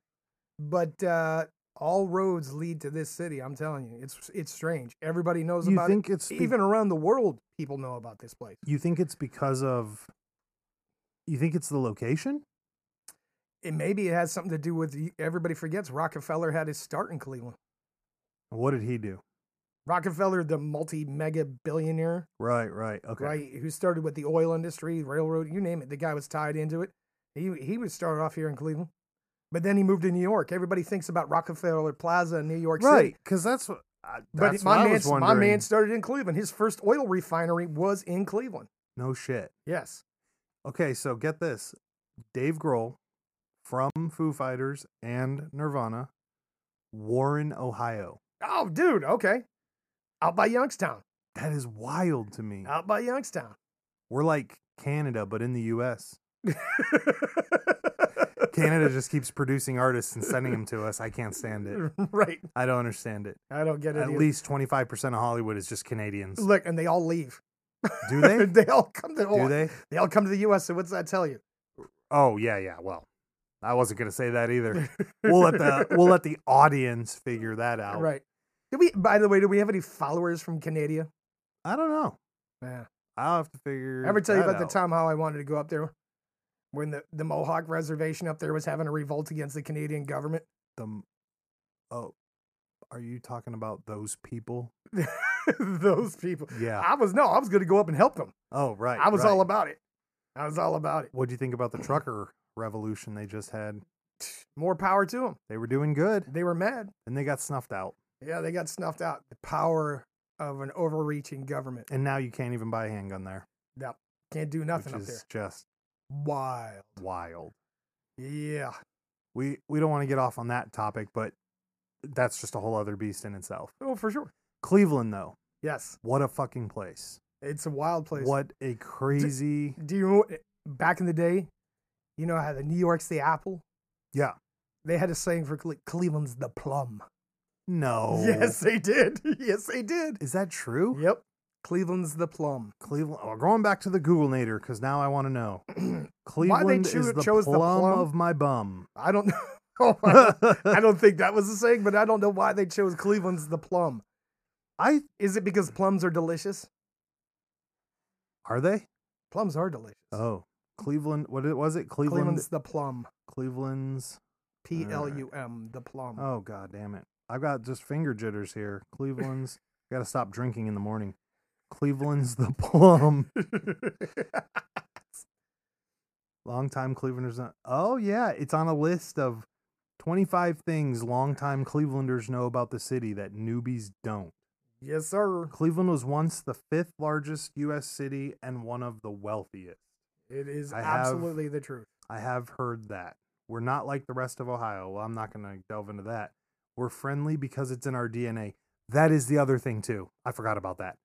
[SPEAKER 2] But uh, all roads lead to this city. I'm telling you, it's it's strange. Everybody knows
[SPEAKER 1] you
[SPEAKER 2] about
[SPEAKER 1] think it's
[SPEAKER 2] it.
[SPEAKER 1] be-
[SPEAKER 2] Even around the world, people know about this place.
[SPEAKER 1] you think it's because of you think it's the location
[SPEAKER 2] it maybe it has something to do with you- everybody forgets Rockefeller had his start in Cleveland.
[SPEAKER 1] what did he do
[SPEAKER 2] Rockefeller, the multi mega billionaire,
[SPEAKER 1] right right okay
[SPEAKER 2] right, who started with the oil industry, railroad, you name it. The guy was tied into it. He he was started off here in Cleveland, but then he moved to New York. Everybody thinks about Rockefeller Plaza in New York
[SPEAKER 1] right
[SPEAKER 2] City.
[SPEAKER 1] because that's what I,
[SPEAKER 2] But
[SPEAKER 1] that's
[SPEAKER 2] my
[SPEAKER 1] what I
[SPEAKER 2] man,
[SPEAKER 1] was
[SPEAKER 2] my
[SPEAKER 1] wondering.
[SPEAKER 2] man started in Cleveland. His first oil refinery was in Cleveland.
[SPEAKER 1] No shit.
[SPEAKER 2] Yes.
[SPEAKER 1] Okay, so get this. Dave Grohl from Foo Fighters and Nirvana, Warren, Ohio.
[SPEAKER 2] Oh, dude. Okay. Out by Youngstown.
[SPEAKER 1] That is wild to me.
[SPEAKER 2] Out by Youngstown.
[SPEAKER 1] We're like Canada, but in the US. Canada just keeps producing artists and sending them to us. I can't stand it.
[SPEAKER 2] right.
[SPEAKER 1] I don't understand it.
[SPEAKER 2] I don't get it.
[SPEAKER 1] At
[SPEAKER 2] either.
[SPEAKER 1] least 25% of Hollywood is just Canadians.
[SPEAKER 2] Look, and they all leave.
[SPEAKER 1] Do they?
[SPEAKER 2] they all come to.
[SPEAKER 1] Do
[SPEAKER 2] oh,
[SPEAKER 1] they?
[SPEAKER 2] They all come to the U.S. So what's that tell you?
[SPEAKER 1] Oh, yeah, yeah. Well, I wasn't going to say that either. We'll let the we'll let the audience figure that out.
[SPEAKER 2] right. Did we? By the way, do we have any followers from Canada?
[SPEAKER 1] I don't know.
[SPEAKER 2] Yeah.
[SPEAKER 1] I'll have to figure.
[SPEAKER 2] I ever tell you
[SPEAKER 1] that
[SPEAKER 2] about the
[SPEAKER 1] out.
[SPEAKER 2] time how I wanted to go up there when the, the Mohawk reservation up there was having a revolt against the Canadian government?
[SPEAKER 1] The- oh, are you talking about those people?
[SPEAKER 2] Those people.
[SPEAKER 1] Yeah.
[SPEAKER 2] I was no, I was going to go up and help them.
[SPEAKER 1] Oh, right.
[SPEAKER 2] I was
[SPEAKER 1] right.
[SPEAKER 2] all about it. I was all about it.
[SPEAKER 1] What do you think about the trucker revolution they just had?
[SPEAKER 2] More power to them.
[SPEAKER 1] They were doing good,
[SPEAKER 2] They were mad.
[SPEAKER 1] and they got snuffed out,
[SPEAKER 2] Yeah, they got snuffed out. The power of an overreaching government
[SPEAKER 1] and now you can't even buy a handgun there,
[SPEAKER 2] can't do nothing
[SPEAKER 1] which
[SPEAKER 2] up
[SPEAKER 1] is
[SPEAKER 2] there.
[SPEAKER 1] just
[SPEAKER 2] Wild.
[SPEAKER 1] wild.
[SPEAKER 2] Yeah.
[SPEAKER 1] We we don't want to get off on that topic, but that's just a whole other beast in itself.
[SPEAKER 2] Oh, for sure.
[SPEAKER 1] Cleveland, though,
[SPEAKER 2] Yes,
[SPEAKER 1] what a fucking place!
[SPEAKER 2] it's a wild place.
[SPEAKER 1] What a crazy.
[SPEAKER 2] do you know? Back in the day, you know how the New York's the apple.
[SPEAKER 1] Yeah.
[SPEAKER 2] They had a saying for Cle- Cleveland's the plum.
[SPEAKER 1] No.
[SPEAKER 2] Yes, they did. Yes, they did.
[SPEAKER 1] Is that true?
[SPEAKER 2] Yep. Cleveland's the plum.
[SPEAKER 1] Cleveland. Oh, going back to the Google Nader because now I want to know. Cleveland
[SPEAKER 2] choo-
[SPEAKER 1] is the
[SPEAKER 2] chose the
[SPEAKER 1] plum,
[SPEAKER 2] plum?
[SPEAKER 1] of my bum.
[SPEAKER 2] I don't know. Oh, I, don't, I
[SPEAKER 1] I
[SPEAKER 2] don't think that was the saying, but I don't know why they chose Cleveland's the plum. Is it because plums are delicious?
[SPEAKER 1] are they?
[SPEAKER 2] Plums are delicious.
[SPEAKER 1] Oh, Cleveland. What it was it? Cleveland.
[SPEAKER 2] Cleveland's the plum.
[SPEAKER 1] Cleveland's.
[SPEAKER 2] P L U M, the plum.
[SPEAKER 1] Oh god damn it! I've got just finger jitters here. Cleveland's. Got to stop drinking in the morning. Cleveland's the plum. Longtime Clevelanders. Not, oh yeah, it's on a list of twenty-five things longtime Clevelanders know about the city that newbies don't.
[SPEAKER 2] Yes, sir.
[SPEAKER 1] Cleveland was once the fifth largest U.S. city and one of the wealthiest.
[SPEAKER 2] It is
[SPEAKER 1] I have-
[SPEAKER 2] absolutely the truth.
[SPEAKER 1] I have heard that. We're not like the rest of Ohio. Well, I'm not going to delve into that. We're friendly because it's in our DNA. That is the other thing, too. I forgot about that.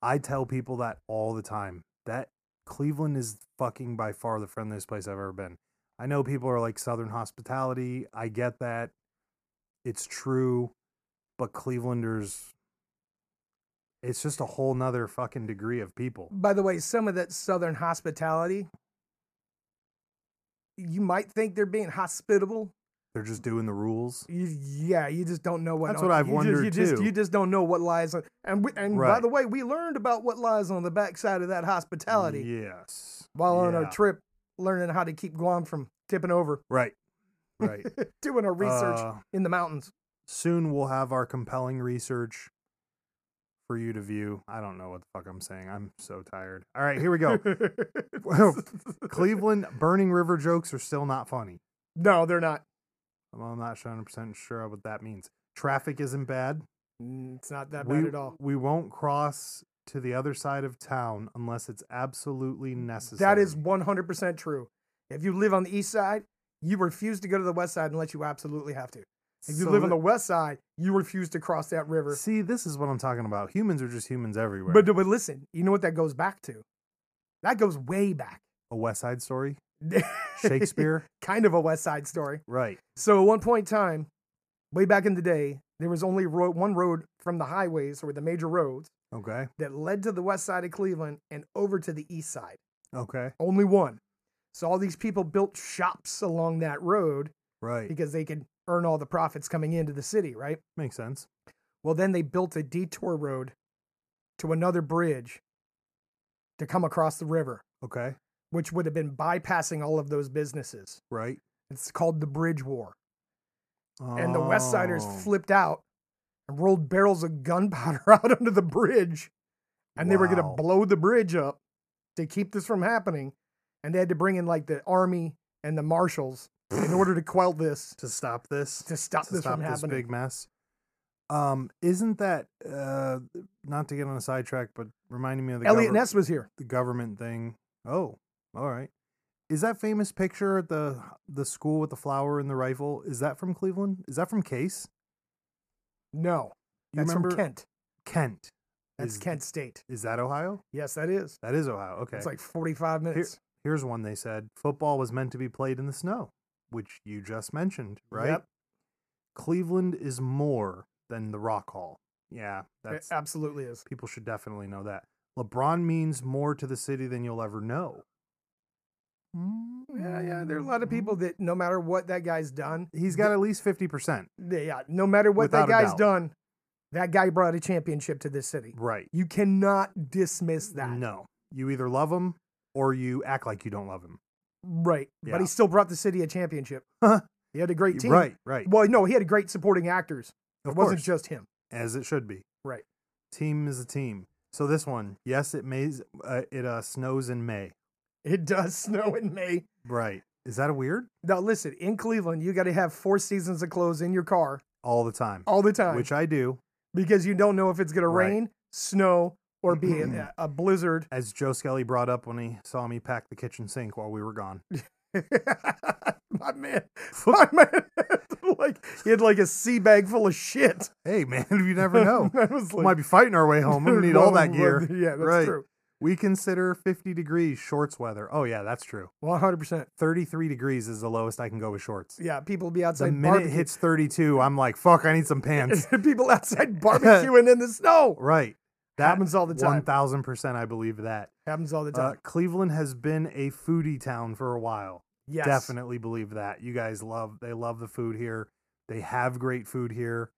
[SPEAKER 1] I tell people that all the time. That Cleveland is fucking by far the friendliest place I've ever been. I know people are like Southern hospitality. I get that. It's true. But Clevelanders, it's just a whole nother fucking degree of people.
[SPEAKER 2] By the way, some of that southern hospitality, you might think they're being hospitable.
[SPEAKER 1] They're just doing the rules.
[SPEAKER 2] You, yeah, you just don't know what.
[SPEAKER 1] That's what I've
[SPEAKER 2] you
[SPEAKER 1] wondered,
[SPEAKER 2] just, you Just,
[SPEAKER 1] too.
[SPEAKER 2] you just don't know what lies on. And we, and by
[SPEAKER 1] Right.
[SPEAKER 2] the way, we learned about what lies on the backside of that hospitality
[SPEAKER 1] Yes.
[SPEAKER 2] while on our
[SPEAKER 1] Yeah.
[SPEAKER 2] trip, learning how to keep Guam from tipping over,
[SPEAKER 1] Right. Right.
[SPEAKER 2] doing our research
[SPEAKER 1] Uh,
[SPEAKER 2] in the mountains.
[SPEAKER 1] soon we'll have our compelling research for you to view. I don't know what the fuck I'm saying. I'm so tired. All right, here we go. Cleveland burning river jokes are still not funny.
[SPEAKER 2] no, they're not.
[SPEAKER 1] I'm I'm not 100% sure what that means. Traffic isn't bad.
[SPEAKER 2] Mm, It's not that bad
[SPEAKER 1] we,
[SPEAKER 2] at all.
[SPEAKER 1] we won't cross to the other side of town unless it's absolutely necessary.
[SPEAKER 2] That is 100% true. If you live on the east side, you refuse to go to the west side unless you absolutely have to. If you
[SPEAKER 1] So
[SPEAKER 2] live on
[SPEAKER 1] th-
[SPEAKER 2] the west side, you refuse to cross that river.
[SPEAKER 1] See, this is what I'm talking about. Humans are just humans everywhere.
[SPEAKER 2] But, but listen, you know what that goes back to? That goes way back.
[SPEAKER 1] a West Side Story, Shakespeare,
[SPEAKER 2] kind of a west side story.
[SPEAKER 1] right?
[SPEAKER 2] So at one point in time, way back in the day, there was only ro- one road from the highways or the major roads
[SPEAKER 1] Okay,
[SPEAKER 2] that led to the west side of Cleveland and over to the east side.
[SPEAKER 1] okay,
[SPEAKER 2] Only one. So all these people built shops along that road
[SPEAKER 1] right.
[SPEAKER 2] because they could earn all the profits coming into the city, right?
[SPEAKER 1] Makes sense.
[SPEAKER 2] Well, then they built a detour road to another bridge to come across the river,
[SPEAKER 1] Okay,
[SPEAKER 2] which would have been bypassing all of those businesses.
[SPEAKER 1] right.
[SPEAKER 2] It's called the Bridge War. And the West Siders
[SPEAKER 1] Oh.
[SPEAKER 2] flipped out and rolled barrels of gunpowder out onto the bridge. And they were going
[SPEAKER 1] Wow.
[SPEAKER 2] to blow the bridge up to keep this from happening. And they had to bring in like the army and the marshals in order to quell this,
[SPEAKER 1] to stop this
[SPEAKER 2] to stop
[SPEAKER 1] to
[SPEAKER 2] this
[SPEAKER 1] stop
[SPEAKER 2] from
[SPEAKER 1] this
[SPEAKER 2] happening.
[SPEAKER 1] big mess. Um, isn't that uh, not to get on a sidetrack, but reminding me of the
[SPEAKER 2] Elliot
[SPEAKER 1] gover-
[SPEAKER 2] Ness was here.
[SPEAKER 1] the government thing? Oh, all right. Is that famous picture at the the school with the flower and the rifle? Is that from Cleveland? Is that from Case?
[SPEAKER 2] No,
[SPEAKER 1] You
[SPEAKER 2] that's
[SPEAKER 1] remember
[SPEAKER 2] from Kent.
[SPEAKER 1] Kent.
[SPEAKER 2] That's
[SPEAKER 1] is,
[SPEAKER 2] Kent State.
[SPEAKER 1] Is that Ohio?
[SPEAKER 2] Yes, that is.
[SPEAKER 1] That is Ohio. Okay.
[SPEAKER 2] It's like 45 minutes.
[SPEAKER 1] Here's one they said football was meant to be played in the snow, which you just mentioned, right?
[SPEAKER 2] Yep.
[SPEAKER 1] Cleveland is more than the Rock Hall.
[SPEAKER 2] Eh,
[SPEAKER 1] Yeah, that's
[SPEAKER 2] it absolutely is.
[SPEAKER 1] people should definitely know that. LeBron means more to the city than you'll ever know. Mm,
[SPEAKER 2] Yeah, yeah. There are a lot of people that no matter what that guy's done,
[SPEAKER 1] He's got at least 50%.
[SPEAKER 2] they- yeah, no matter what
[SPEAKER 1] Without
[SPEAKER 2] that
[SPEAKER 1] a
[SPEAKER 2] guy's
[SPEAKER 1] doubt.
[SPEAKER 2] done, that guy brought a championship to this city.
[SPEAKER 1] Right.
[SPEAKER 2] You cannot dismiss that.
[SPEAKER 1] No. You either love him or you act like you don't love him.
[SPEAKER 2] Right.
[SPEAKER 1] Yeah.
[SPEAKER 2] But he still brought the city a championship. he had a great team.
[SPEAKER 1] Right, right.
[SPEAKER 2] Well, no, he had great supporting actors.
[SPEAKER 1] Of
[SPEAKER 2] it wasn't
[SPEAKER 1] course.
[SPEAKER 2] just him.
[SPEAKER 1] as it should be.
[SPEAKER 2] Right.
[SPEAKER 1] Team is a team. So this one, yes, it may uh, it uh, snows in May.
[SPEAKER 2] It does snow in May.
[SPEAKER 1] Right. Is that a weird?
[SPEAKER 2] Now, listen, in Cleveland, you got to have four seasons of clothes in your car
[SPEAKER 1] All the time.
[SPEAKER 2] all the time
[SPEAKER 1] Which I do.
[SPEAKER 2] because you don't know if it's going to
[SPEAKER 1] Right. Mm-hmm.
[SPEAKER 2] rain, snow, or be a, a blizzard.
[SPEAKER 1] As Joe Skelly brought up when he saw me pack the kitchen sink while we were gone.
[SPEAKER 2] My man, my man, like he had like a sea bag full of shit.
[SPEAKER 1] Hey man, you never know.
[SPEAKER 2] I was
[SPEAKER 1] we
[SPEAKER 2] like,
[SPEAKER 1] might be fighting our way home. We need all that gear.
[SPEAKER 2] Yeah, that's
[SPEAKER 1] Right.
[SPEAKER 2] true.
[SPEAKER 1] We consider 50 degrees shorts weather. Oh yeah, that's true.
[SPEAKER 2] One hundred percent.
[SPEAKER 1] 33 degrees is the lowest I can go with shorts.
[SPEAKER 2] Yeah, people be
[SPEAKER 1] The
[SPEAKER 2] outside.
[SPEAKER 1] minute it hits 32, I'm like, fuck, I need some pants.
[SPEAKER 2] barbe- people outside barbecuing in the snow
[SPEAKER 1] Right. That
[SPEAKER 2] Happens all the time.
[SPEAKER 1] 1000% I believe that.
[SPEAKER 2] happens all the
[SPEAKER 1] Uh,
[SPEAKER 2] time.
[SPEAKER 1] Cleveland has been a foodie town for a while.
[SPEAKER 2] yes,
[SPEAKER 1] Definitely believe that. You guys love they love the food here. They have great food here.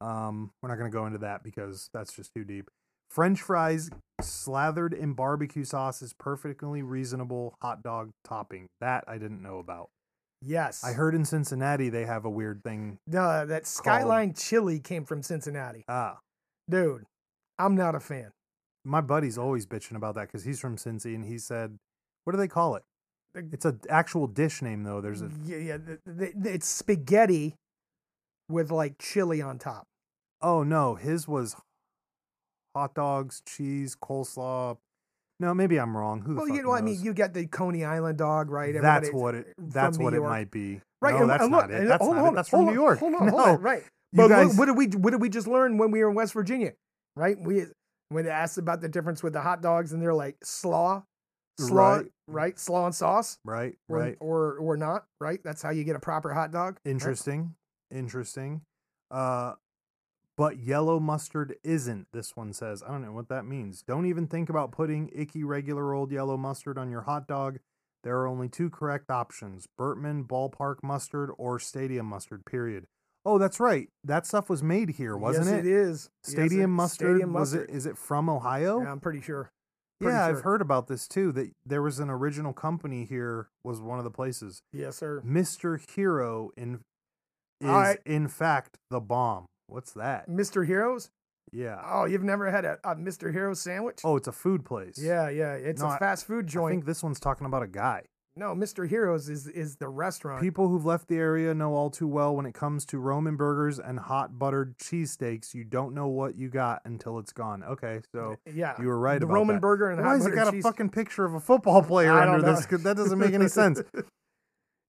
[SPEAKER 1] Um, we're not going to go into that because that's just too deep. French fries slathered in barbecue sauce is perfectly reasonable hot dog topping. That I didn't know about.
[SPEAKER 2] Yes,
[SPEAKER 1] I heard in Cincinnati they have a weird thing.
[SPEAKER 2] Uh, that Skyline Chili came from Cincinnati.
[SPEAKER 1] Ah,
[SPEAKER 2] Dude, I'm not a fan.
[SPEAKER 1] my buddy's always bitching about that because he's from Cincy and he said, "What do they call it?"
[SPEAKER 2] Like-
[SPEAKER 1] It's an actual dish name though. There's a
[SPEAKER 2] yeah, yeah th- th- th- it's spaghetti with like chili on top.
[SPEAKER 1] Oh no, his was hot dogs, cheese, coleslaw. No, maybe I'm wrong. Who the
[SPEAKER 2] well,
[SPEAKER 1] fuck
[SPEAKER 2] you know, I mean,
[SPEAKER 1] knows?
[SPEAKER 2] you got the Coney Island dog, right?
[SPEAKER 1] that's
[SPEAKER 2] Everybody's
[SPEAKER 1] what it.
[SPEAKER 2] from
[SPEAKER 1] That's
[SPEAKER 2] New
[SPEAKER 1] what
[SPEAKER 2] York.
[SPEAKER 1] it might be.
[SPEAKER 2] Right,
[SPEAKER 1] No,
[SPEAKER 2] and-
[SPEAKER 1] that's
[SPEAKER 2] and
[SPEAKER 1] not
[SPEAKER 2] look,
[SPEAKER 1] it.
[SPEAKER 2] and
[SPEAKER 1] That's
[SPEAKER 2] hold
[SPEAKER 1] not
[SPEAKER 2] on,
[SPEAKER 1] it. That's from
[SPEAKER 2] hold
[SPEAKER 1] New
[SPEAKER 2] on,
[SPEAKER 1] York.
[SPEAKER 2] Hold on,
[SPEAKER 1] no.
[SPEAKER 2] hold on, right?
[SPEAKER 1] You
[SPEAKER 2] But
[SPEAKER 1] guys-
[SPEAKER 2] what, what did we what did we just learn when we were in West Virginia? Right? We when they asked about the difference with the hot dogs, and they're like slaw, slaw, right?
[SPEAKER 1] Right.
[SPEAKER 2] Slaw and sauce,
[SPEAKER 1] Right,
[SPEAKER 2] or,
[SPEAKER 1] right.
[SPEAKER 2] or or not, right? That's how you get a proper hot dog. right?
[SPEAKER 1] Interesting, interesting. Uh, but yellow mustard isn't. This one says, I don't know what that means. Don't even think about putting icky regular old yellow mustard on your hot dog. There are only two correct options: Burtman ballpark mustard or stadium mustard. Period. Oh, that's right. That stuff was made here, wasn't
[SPEAKER 2] yes,
[SPEAKER 1] it?
[SPEAKER 2] it is Yes, it-
[SPEAKER 1] Stadium mustard
[SPEAKER 2] Stadium
[SPEAKER 1] was
[SPEAKER 2] mustard.
[SPEAKER 1] it? Is it from Ohio?
[SPEAKER 2] Yeah, I'm pretty sure.
[SPEAKER 1] Yeah,
[SPEAKER 2] pretty
[SPEAKER 1] I've
[SPEAKER 2] sure.
[SPEAKER 1] heard about this too. That there was an original company here was one of the places.
[SPEAKER 2] Yes, sir.
[SPEAKER 1] Mister Hero in is
[SPEAKER 2] All right.
[SPEAKER 1] in fact the bomb. What's that?
[SPEAKER 2] Mr. Heroes?
[SPEAKER 1] Yeah.
[SPEAKER 2] Oh, you've never had a, a Mr. Hero sandwich?
[SPEAKER 1] Oh, it's a food place.
[SPEAKER 2] yeah, yeah. It's
[SPEAKER 1] No,
[SPEAKER 2] a
[SPEAKER 1] I-
[SPEAKER 2] fast food
[SPEAKER 1] I
[SPEAKER 2] joint.
[SPEAKER 1] think this one's talking about a guy.
[SPEAKER 2] no, Mr. Heroes is is the restaurant.
[SPEAKER 1] People who've left the area know all too well when it comes to Roman burgers and hot buttered cheesesteaks, you don't know what you got until it's gone. Okay, so
[SPEAKER 2] yeah,
[SPEAKER 1] you were right
[SPEAKER 2] the
[SPEAKER 1] about
[SPEAKER 2] Roman
[SPEAKER 1] that.
[SPEAKER 2] burger and
[SPEAKER 1] Why
[SPEAKER 2] hot
[SPEAKER 1] has it
[SPEAKER 2] buttered
[SPEAKER 1] got a
[SPEAKER 2] cheese-
[SPEAKER 1] fucking picture of a football player
[SPEAKER 2] I don't
[SPEAKER 1] under
[SPEAKER 2] know.
[SPEAKER 1] this? 'Cause That doesn't make any sense.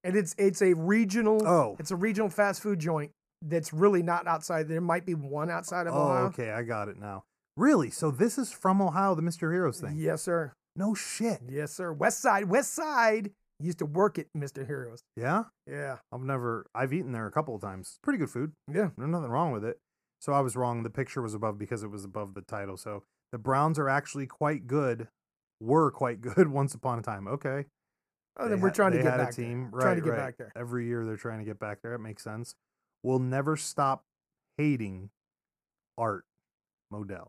[SPEAKER 2] and it's it's a regional.
[SPEAKER 1] Oh.
[SPEAKER 2] it's a regional fast food joint that's really not outside. There might be one outside of
[SPEAKER 1] Oh,
[SPEAKER 2] Ohio.
[SPEAKER 1] okay, I got it now. Really? So this is from Ohio, the Mr. Heroes thing?
[SPEAKER 2] Yes, sir.
[SPEAKER 1] No shit.
[SPEAKER 2] Yes, sir. West Side, West Side used to work at Mr. Heroes.
[SPEAKER 1] Yeah,
[SPEAKER 2] Yeah,
[SPEAKER 1] I've never. I've eaten there a couple of times. It's pretty good food.
[SPEAKER 2] yeah.
[SPEAKER 1] There's nothing wrong with it. So I was wrong. The picture was above because it was above the title. So the Browns are actually quite good. Were quite good once upon a time. Okay.
[SPEAKER 2] Oh,
[SPEAKER 1] They
[SPEAKER 2] then we're
[SPEAKER 1] ha-
[SPEAKER 2] trying to
[SPEAKER 1] they
[SPEAKER 2] get
[SPEAKER 1] had
[SPEAKER 2] back
[SPEAKER 1] a team.
[SPEAKER 2] there.
[SPEAKER 1] Right,
[SPEAKER 2] trying to get
[SPEAKER 1] right.
[SPEAKER 2] back there.
[SPEAKER 1] Every year they're trying to get back there. It makes sense. We'll never stop hating Art Modell.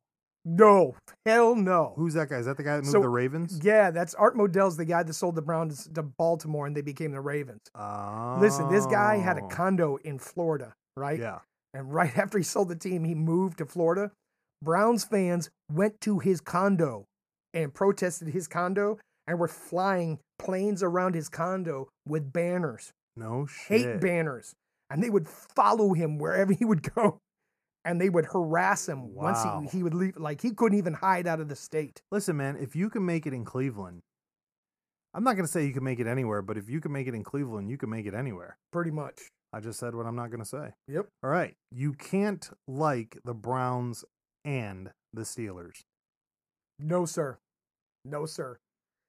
[SPEAKER 2] No, hell no.
[SPEAKER 1] Who's that guy? Is that the guy that moved
[SPEAKER 2] So-
[SPEAKER 1] the Ravens?
[SPEAKER 2] Yeah, that's Art Modell's the guy that sold the Browns to Baltimore and they became the Ravens.
[SPEAKER 1] Oh.
[SPEAKER 2] Listen, this guy had a condo in Florida, right?
[SPEAKER 1] Yeah.
[SPEAKER 2] And right after he sold the team, he moved to Florida. Browns fans went to his condo and protested his condo and were flying planes around his condo with banners,
[SPEAKER 1] No
[SPEAKER 2] hate
[SPEAKER 1] shit.
[SPEAKER 2] banners. And they would follow him wherever he would go. And they would harass him
[SPEAKER 1] Wow.
[SPEAKER 2] once he, he would leave. Like he couldn't even hide out of the state.
[SPEAKER 1] Listen, man, if you can make it in Cleveland, I'm not going to say you can make it anywhere, but if you can make it in Cleveland, you can make it anywhere.
[SPEAKER 2] Pretty much.
[SPEAKER 1] I just said what I'm not going to say.
[SPEAKER 2] Yep.
[SPEAKER 1] All right. You can't like the Browns and the Steelers.
[SPEAKER 2] No, sir. No, sir.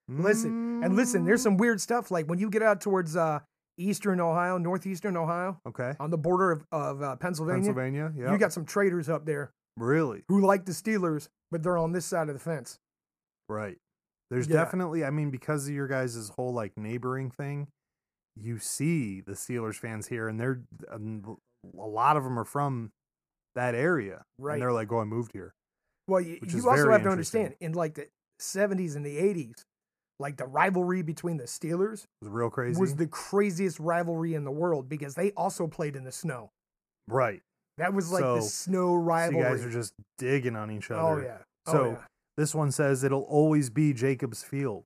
[SPEAKER 2] Listen, And listen,
[SPEAKER 1] Mm.
[SPEAKER 2] there's some weird stuff. Like when you get out towards uh, eastern Ohio, northeastern Ohio,
[SPEAKER 1] okay.
[SPEAKER 2] on the border of, of uh, Pennsylvania,
[SPEAKER 1] Pennsylvania, yeah.
[SPEAKER 2] you got some traders up there
[SPEAKER 1] really
[SPEAKER 2] who like the Steelers, but they're on this side of the fence.
[SPEAKER 1] right. There's
[SPEAKER 2] Yeah.
[SPEAKER 1] definitely, I mean, because of your guys' whole like neighboring thing, you see the Steelers fans here, and they're um, a lot of them are from that area,
[SPEAKER 2] Right.
[SPEAKER 1] And they're like, "Oh, I moved here."
[SPEAKER 2] Well, you,
[SPEAKER 1] Which
[SPEAKER 2] you
[SPEAKER 1] is
[SPEAKER 2] also
[SPEAKER 1] very
[SPEAKER 2] have to
[SPEAKER 1] interesting.
[SPEAKER 2] understand in like the 70s and the 80s, like the rivalry between the Steelers
[SPEAKER 1] It was real crazy.
[SPEAKER 2] was the craziest rivalry in the world because they also played in the snow.
[SPEAKER 1] right?
[SPEAKER 2] That was like the
[SPEAKER 1] So-
[SPEAKER 2] snow
[SPEAKER 1] So you
[SPEAKER 2] rivalry.
[SPEAKER 1] guys are just digging on each other.
[SPEAKER 2] oh yeah. Oh,
[SPEAKER 1] So this one says it'll always be Jacob's Field.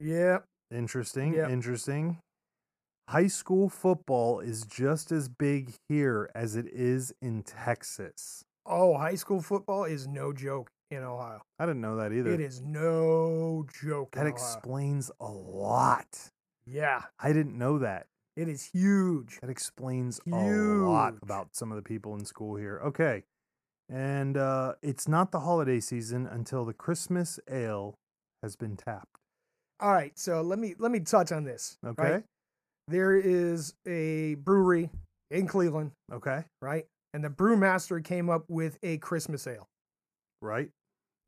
[SPEAKER 2] yeah. yeah.
[SPEAKER 1] Interesting.
[SPEAKER 2] Yep.
[SPEAKER 1] Interesting. High school football is just as big here as it is in Texas.
[SPEAKER 2] Oh, high school football is no joke in Ohio.
[SPEAKER 1] I didn't know that either.
[SPEAKER 2] It is Oh, no joke.
[SPEAKER 1] That
[SPEAKER 2] in Ohio.
[SPEAKER 1] explains a lot.
[SPEAKER 2] yeah,
[SPEAKER 1] I didn't know that.
[SPEAKER 2] it is huge.
[SPEAKER 1] That explains a lot
[SPEAKER 2] Huge.
[SPEAKER 1] about some of the people in school here. Okay. And uh, it's not the holiday season until the Christmas ale has been tapped.
[SPEAKER 2] All right, so let me let me touch on this. right?
[SPEAKER 1] Okay.
[SPEAKER 2] There is a brewery in Cleveland,
[SPEAKER 1] Okay.
[SPEAKER 2] right? And the brewmaster came up with a Christmas ale.
[SPEAKER 1] Right.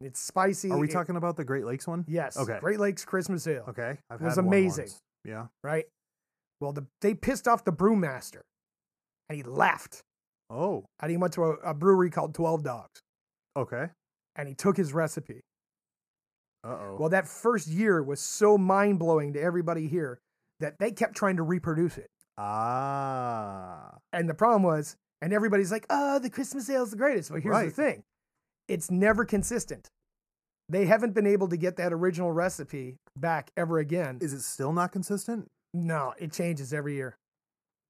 [SPEAKER 2] It's spicy.
[SPEAKER 1] Are we
[SPEAKER 2] it-
[SPEAKER 1] talking about the Great Lakes one?
[SPEAKER 2] yes.
[SPEAKER 1] Okay.
[SPEAKER 2] Great Lakes Christmas ale.
[SPEAKER 1] Okay. I've
[SPEAKER 2] was
[SPEAKER 1] had one
[SPEAKER 2] amazing.
[SPEAKER 1] once. Yeah.
[SPEAKER 2] Right. Well, the, they pissed off the brewmaster, and he left.
[SPEAKER 1] Oh.
[SPEAKER 2] And he went to a, a brewery called Twelve Dogs,
[SPEAKER 1] Okay.
[SPEAKER 2] and he took his recipe.
[SPEAKER 1] Uh oh.
[SPEAKER 2] Well, that first year was so mind blowing to everybody here that they kept trying to reproduce it.
[SPEAKER 1] Ah.
[SPEAKER 2] And the problem was, and everybody's like, oh, the Christmas ale is the greatest. Well, here's the
[SPEAKER 1] Right.
[SPEAKER 2] thing it's never consistent. They haven't been able to get that original recipe back ever again.
[SPEAKER 1] Is it still not consistent?
[SPEAKER 2] No, it changes every year.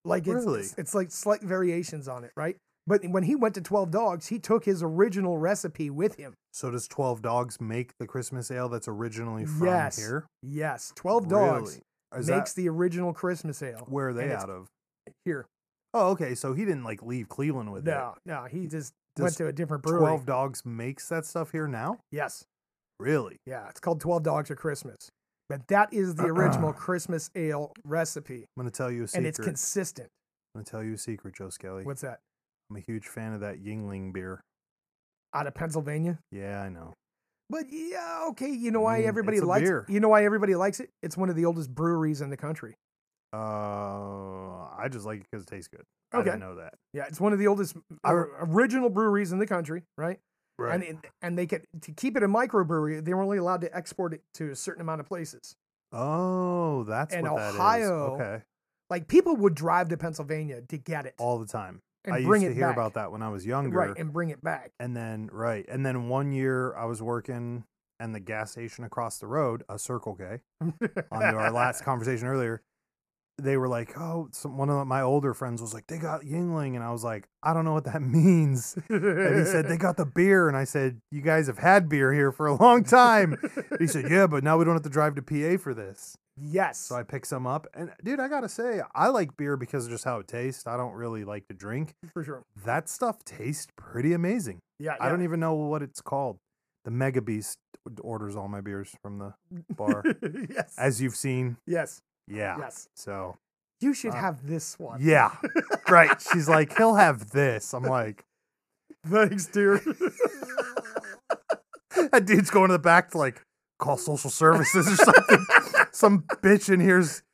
[SPEAKER 2] Like it's,
[SPEAKER 1] Really?
[SPEAKER 2] it's it's like slight variations on it, right? But when he went to Twelve Dogs, he took his original recipe with him.
[SPEAKER 1] So does Twelve Dogs make the Christmas ale that's originally from
[SPEAKER 2] Yes.
[SPEAKER 1] here?
[SPEAKER 2] Yes, Twelve Dogs
[SPEAKER 1] Really? Is
[SPEAKER 2] makes
[SPEAKER 1] that
[SPEAKER 2] the original Christmas ale.
[SPEAKER 1] where are they
[SPEAKER 2] and it's
[SPEAKER 1] out of?
[SPEAKER 2] here.
[SPEAKER 1] Oh, okay. So he didn't like leave Cleveland with
[SPEAKER 2] No, no, he just
[SPEAKER 1] Does
[SPEAKER 2] went to a different
[SPEAKER 1] it.
[SPEAKER 2] brewery.
[SPEAKER 1] Twelve Dogs makes that stuff here now.
[SPEAKER 2] Yes,
[SPEAKER 1] Really?
[SPEAKER 2] yeah, it's called Twelve Dogs or Christmas, but that is the original Christmas ale recipe,
[SPEAKER 1] I'm gonna tell you a secret.
[SPEAKER 2] and it's consistent.
[SPEAKER 1] I'm gonna tell you a secret, Joe Skelly.
[SPEAKER 2] What's that?
[SPEAKER 1] I'm a huge fan of that Yingling beer.
[SPEAKER 2] Out of Pennsylvania,
[SPEAKER 1] Yeah, I know.
[SPEAKER 2] but yeah, okay. You know why
[SPEAKER 1] Mm,
[SPEAKER 2] everybody
[SPEAKER 1] it's a
[SPEAKER 2] likes?
[SPEAKER 1] beer.
[SPEAKER 2] You know why everybody likes it? It's one of the oldest breweries in the country.
[SPEAKER 1] Uh, I just like it because it tastes good. I
[SPEAKER 2] Okay.
[SPEAKER 1] didn't know that.
[SPEAKER 2] Yeah, it's one of the oldest
[SPEAKER 1] I-
[SPEAKER 2] or- original breweries in the country, right? And it, and they could to keep it a microbrewery. They were only allowed to export it to a certain amount of places.
[SPEAKER 1] oh, that's
[SPEAKER 2] and
[SPEAKER 1] what that is.
[SPEAKER 2] Ohio-
[SPEAKER 1] Okay.
[SPEAKER 2] Like people would drive to Pennsylvania to get it
[SPEAKER 1] All the time.
[SPEAKER 2] and
[SPEAKER 1] I
[SPEAKER 2] bring
[SPEAKER 1] used to
[SPEAKER 2] it
[SPEAKER 1] hear
[SPEAKER 2] back.
[SPEAKER 1] about that when I was younger.
[SPEAKER 2] right and bring it back.
[SPEAKER 1] And then right. And then one year I was working and the gas station across the road, a Circle K, on our last conversation earlier, they were like, "Oh, some, one of my older friends was like, they got Yingling." And I was like, "I don't know what that means." And he said, "They got the beer." And I said, "You guys have had beer here for a long time." he said, "Yeah, but now we don't have to drive to PA for this."
[SPEAKER 2] yes.
[SPEAKER 1] So I picked some up. And dude, I got to say, I like beer because of just how it tastes. I don't really like to drink.
[SPEAKER 2] for sure.
[SPEAKER 1] That stuff tastes pretty amazing.
[SPEAKER 2] Yeah,
[SPEAKER 1] I don't even know what it's called. The Mega Beast orders all my beers from the bar,
[SPEAKER 2] even. yes.
[SPEAKER 1] as you've seen.
[SPEAKER 2] yes.
[SPEAKER 1] Yeah.
[SPEAKER 2] Yes.
[SPEAKER 1] So,
[SPEAKER 2] You should
[SPEAKER 1] Uh,
[SPEAKER 2] have this one.
[SPEAKER 1] yeah. Right. She's like, he'll have this. I'm like,
[SPEAKER 2] Thanks, dear.
[SPEAKER 1] that dude's going to the back to like call social services or something. Some bitch in here's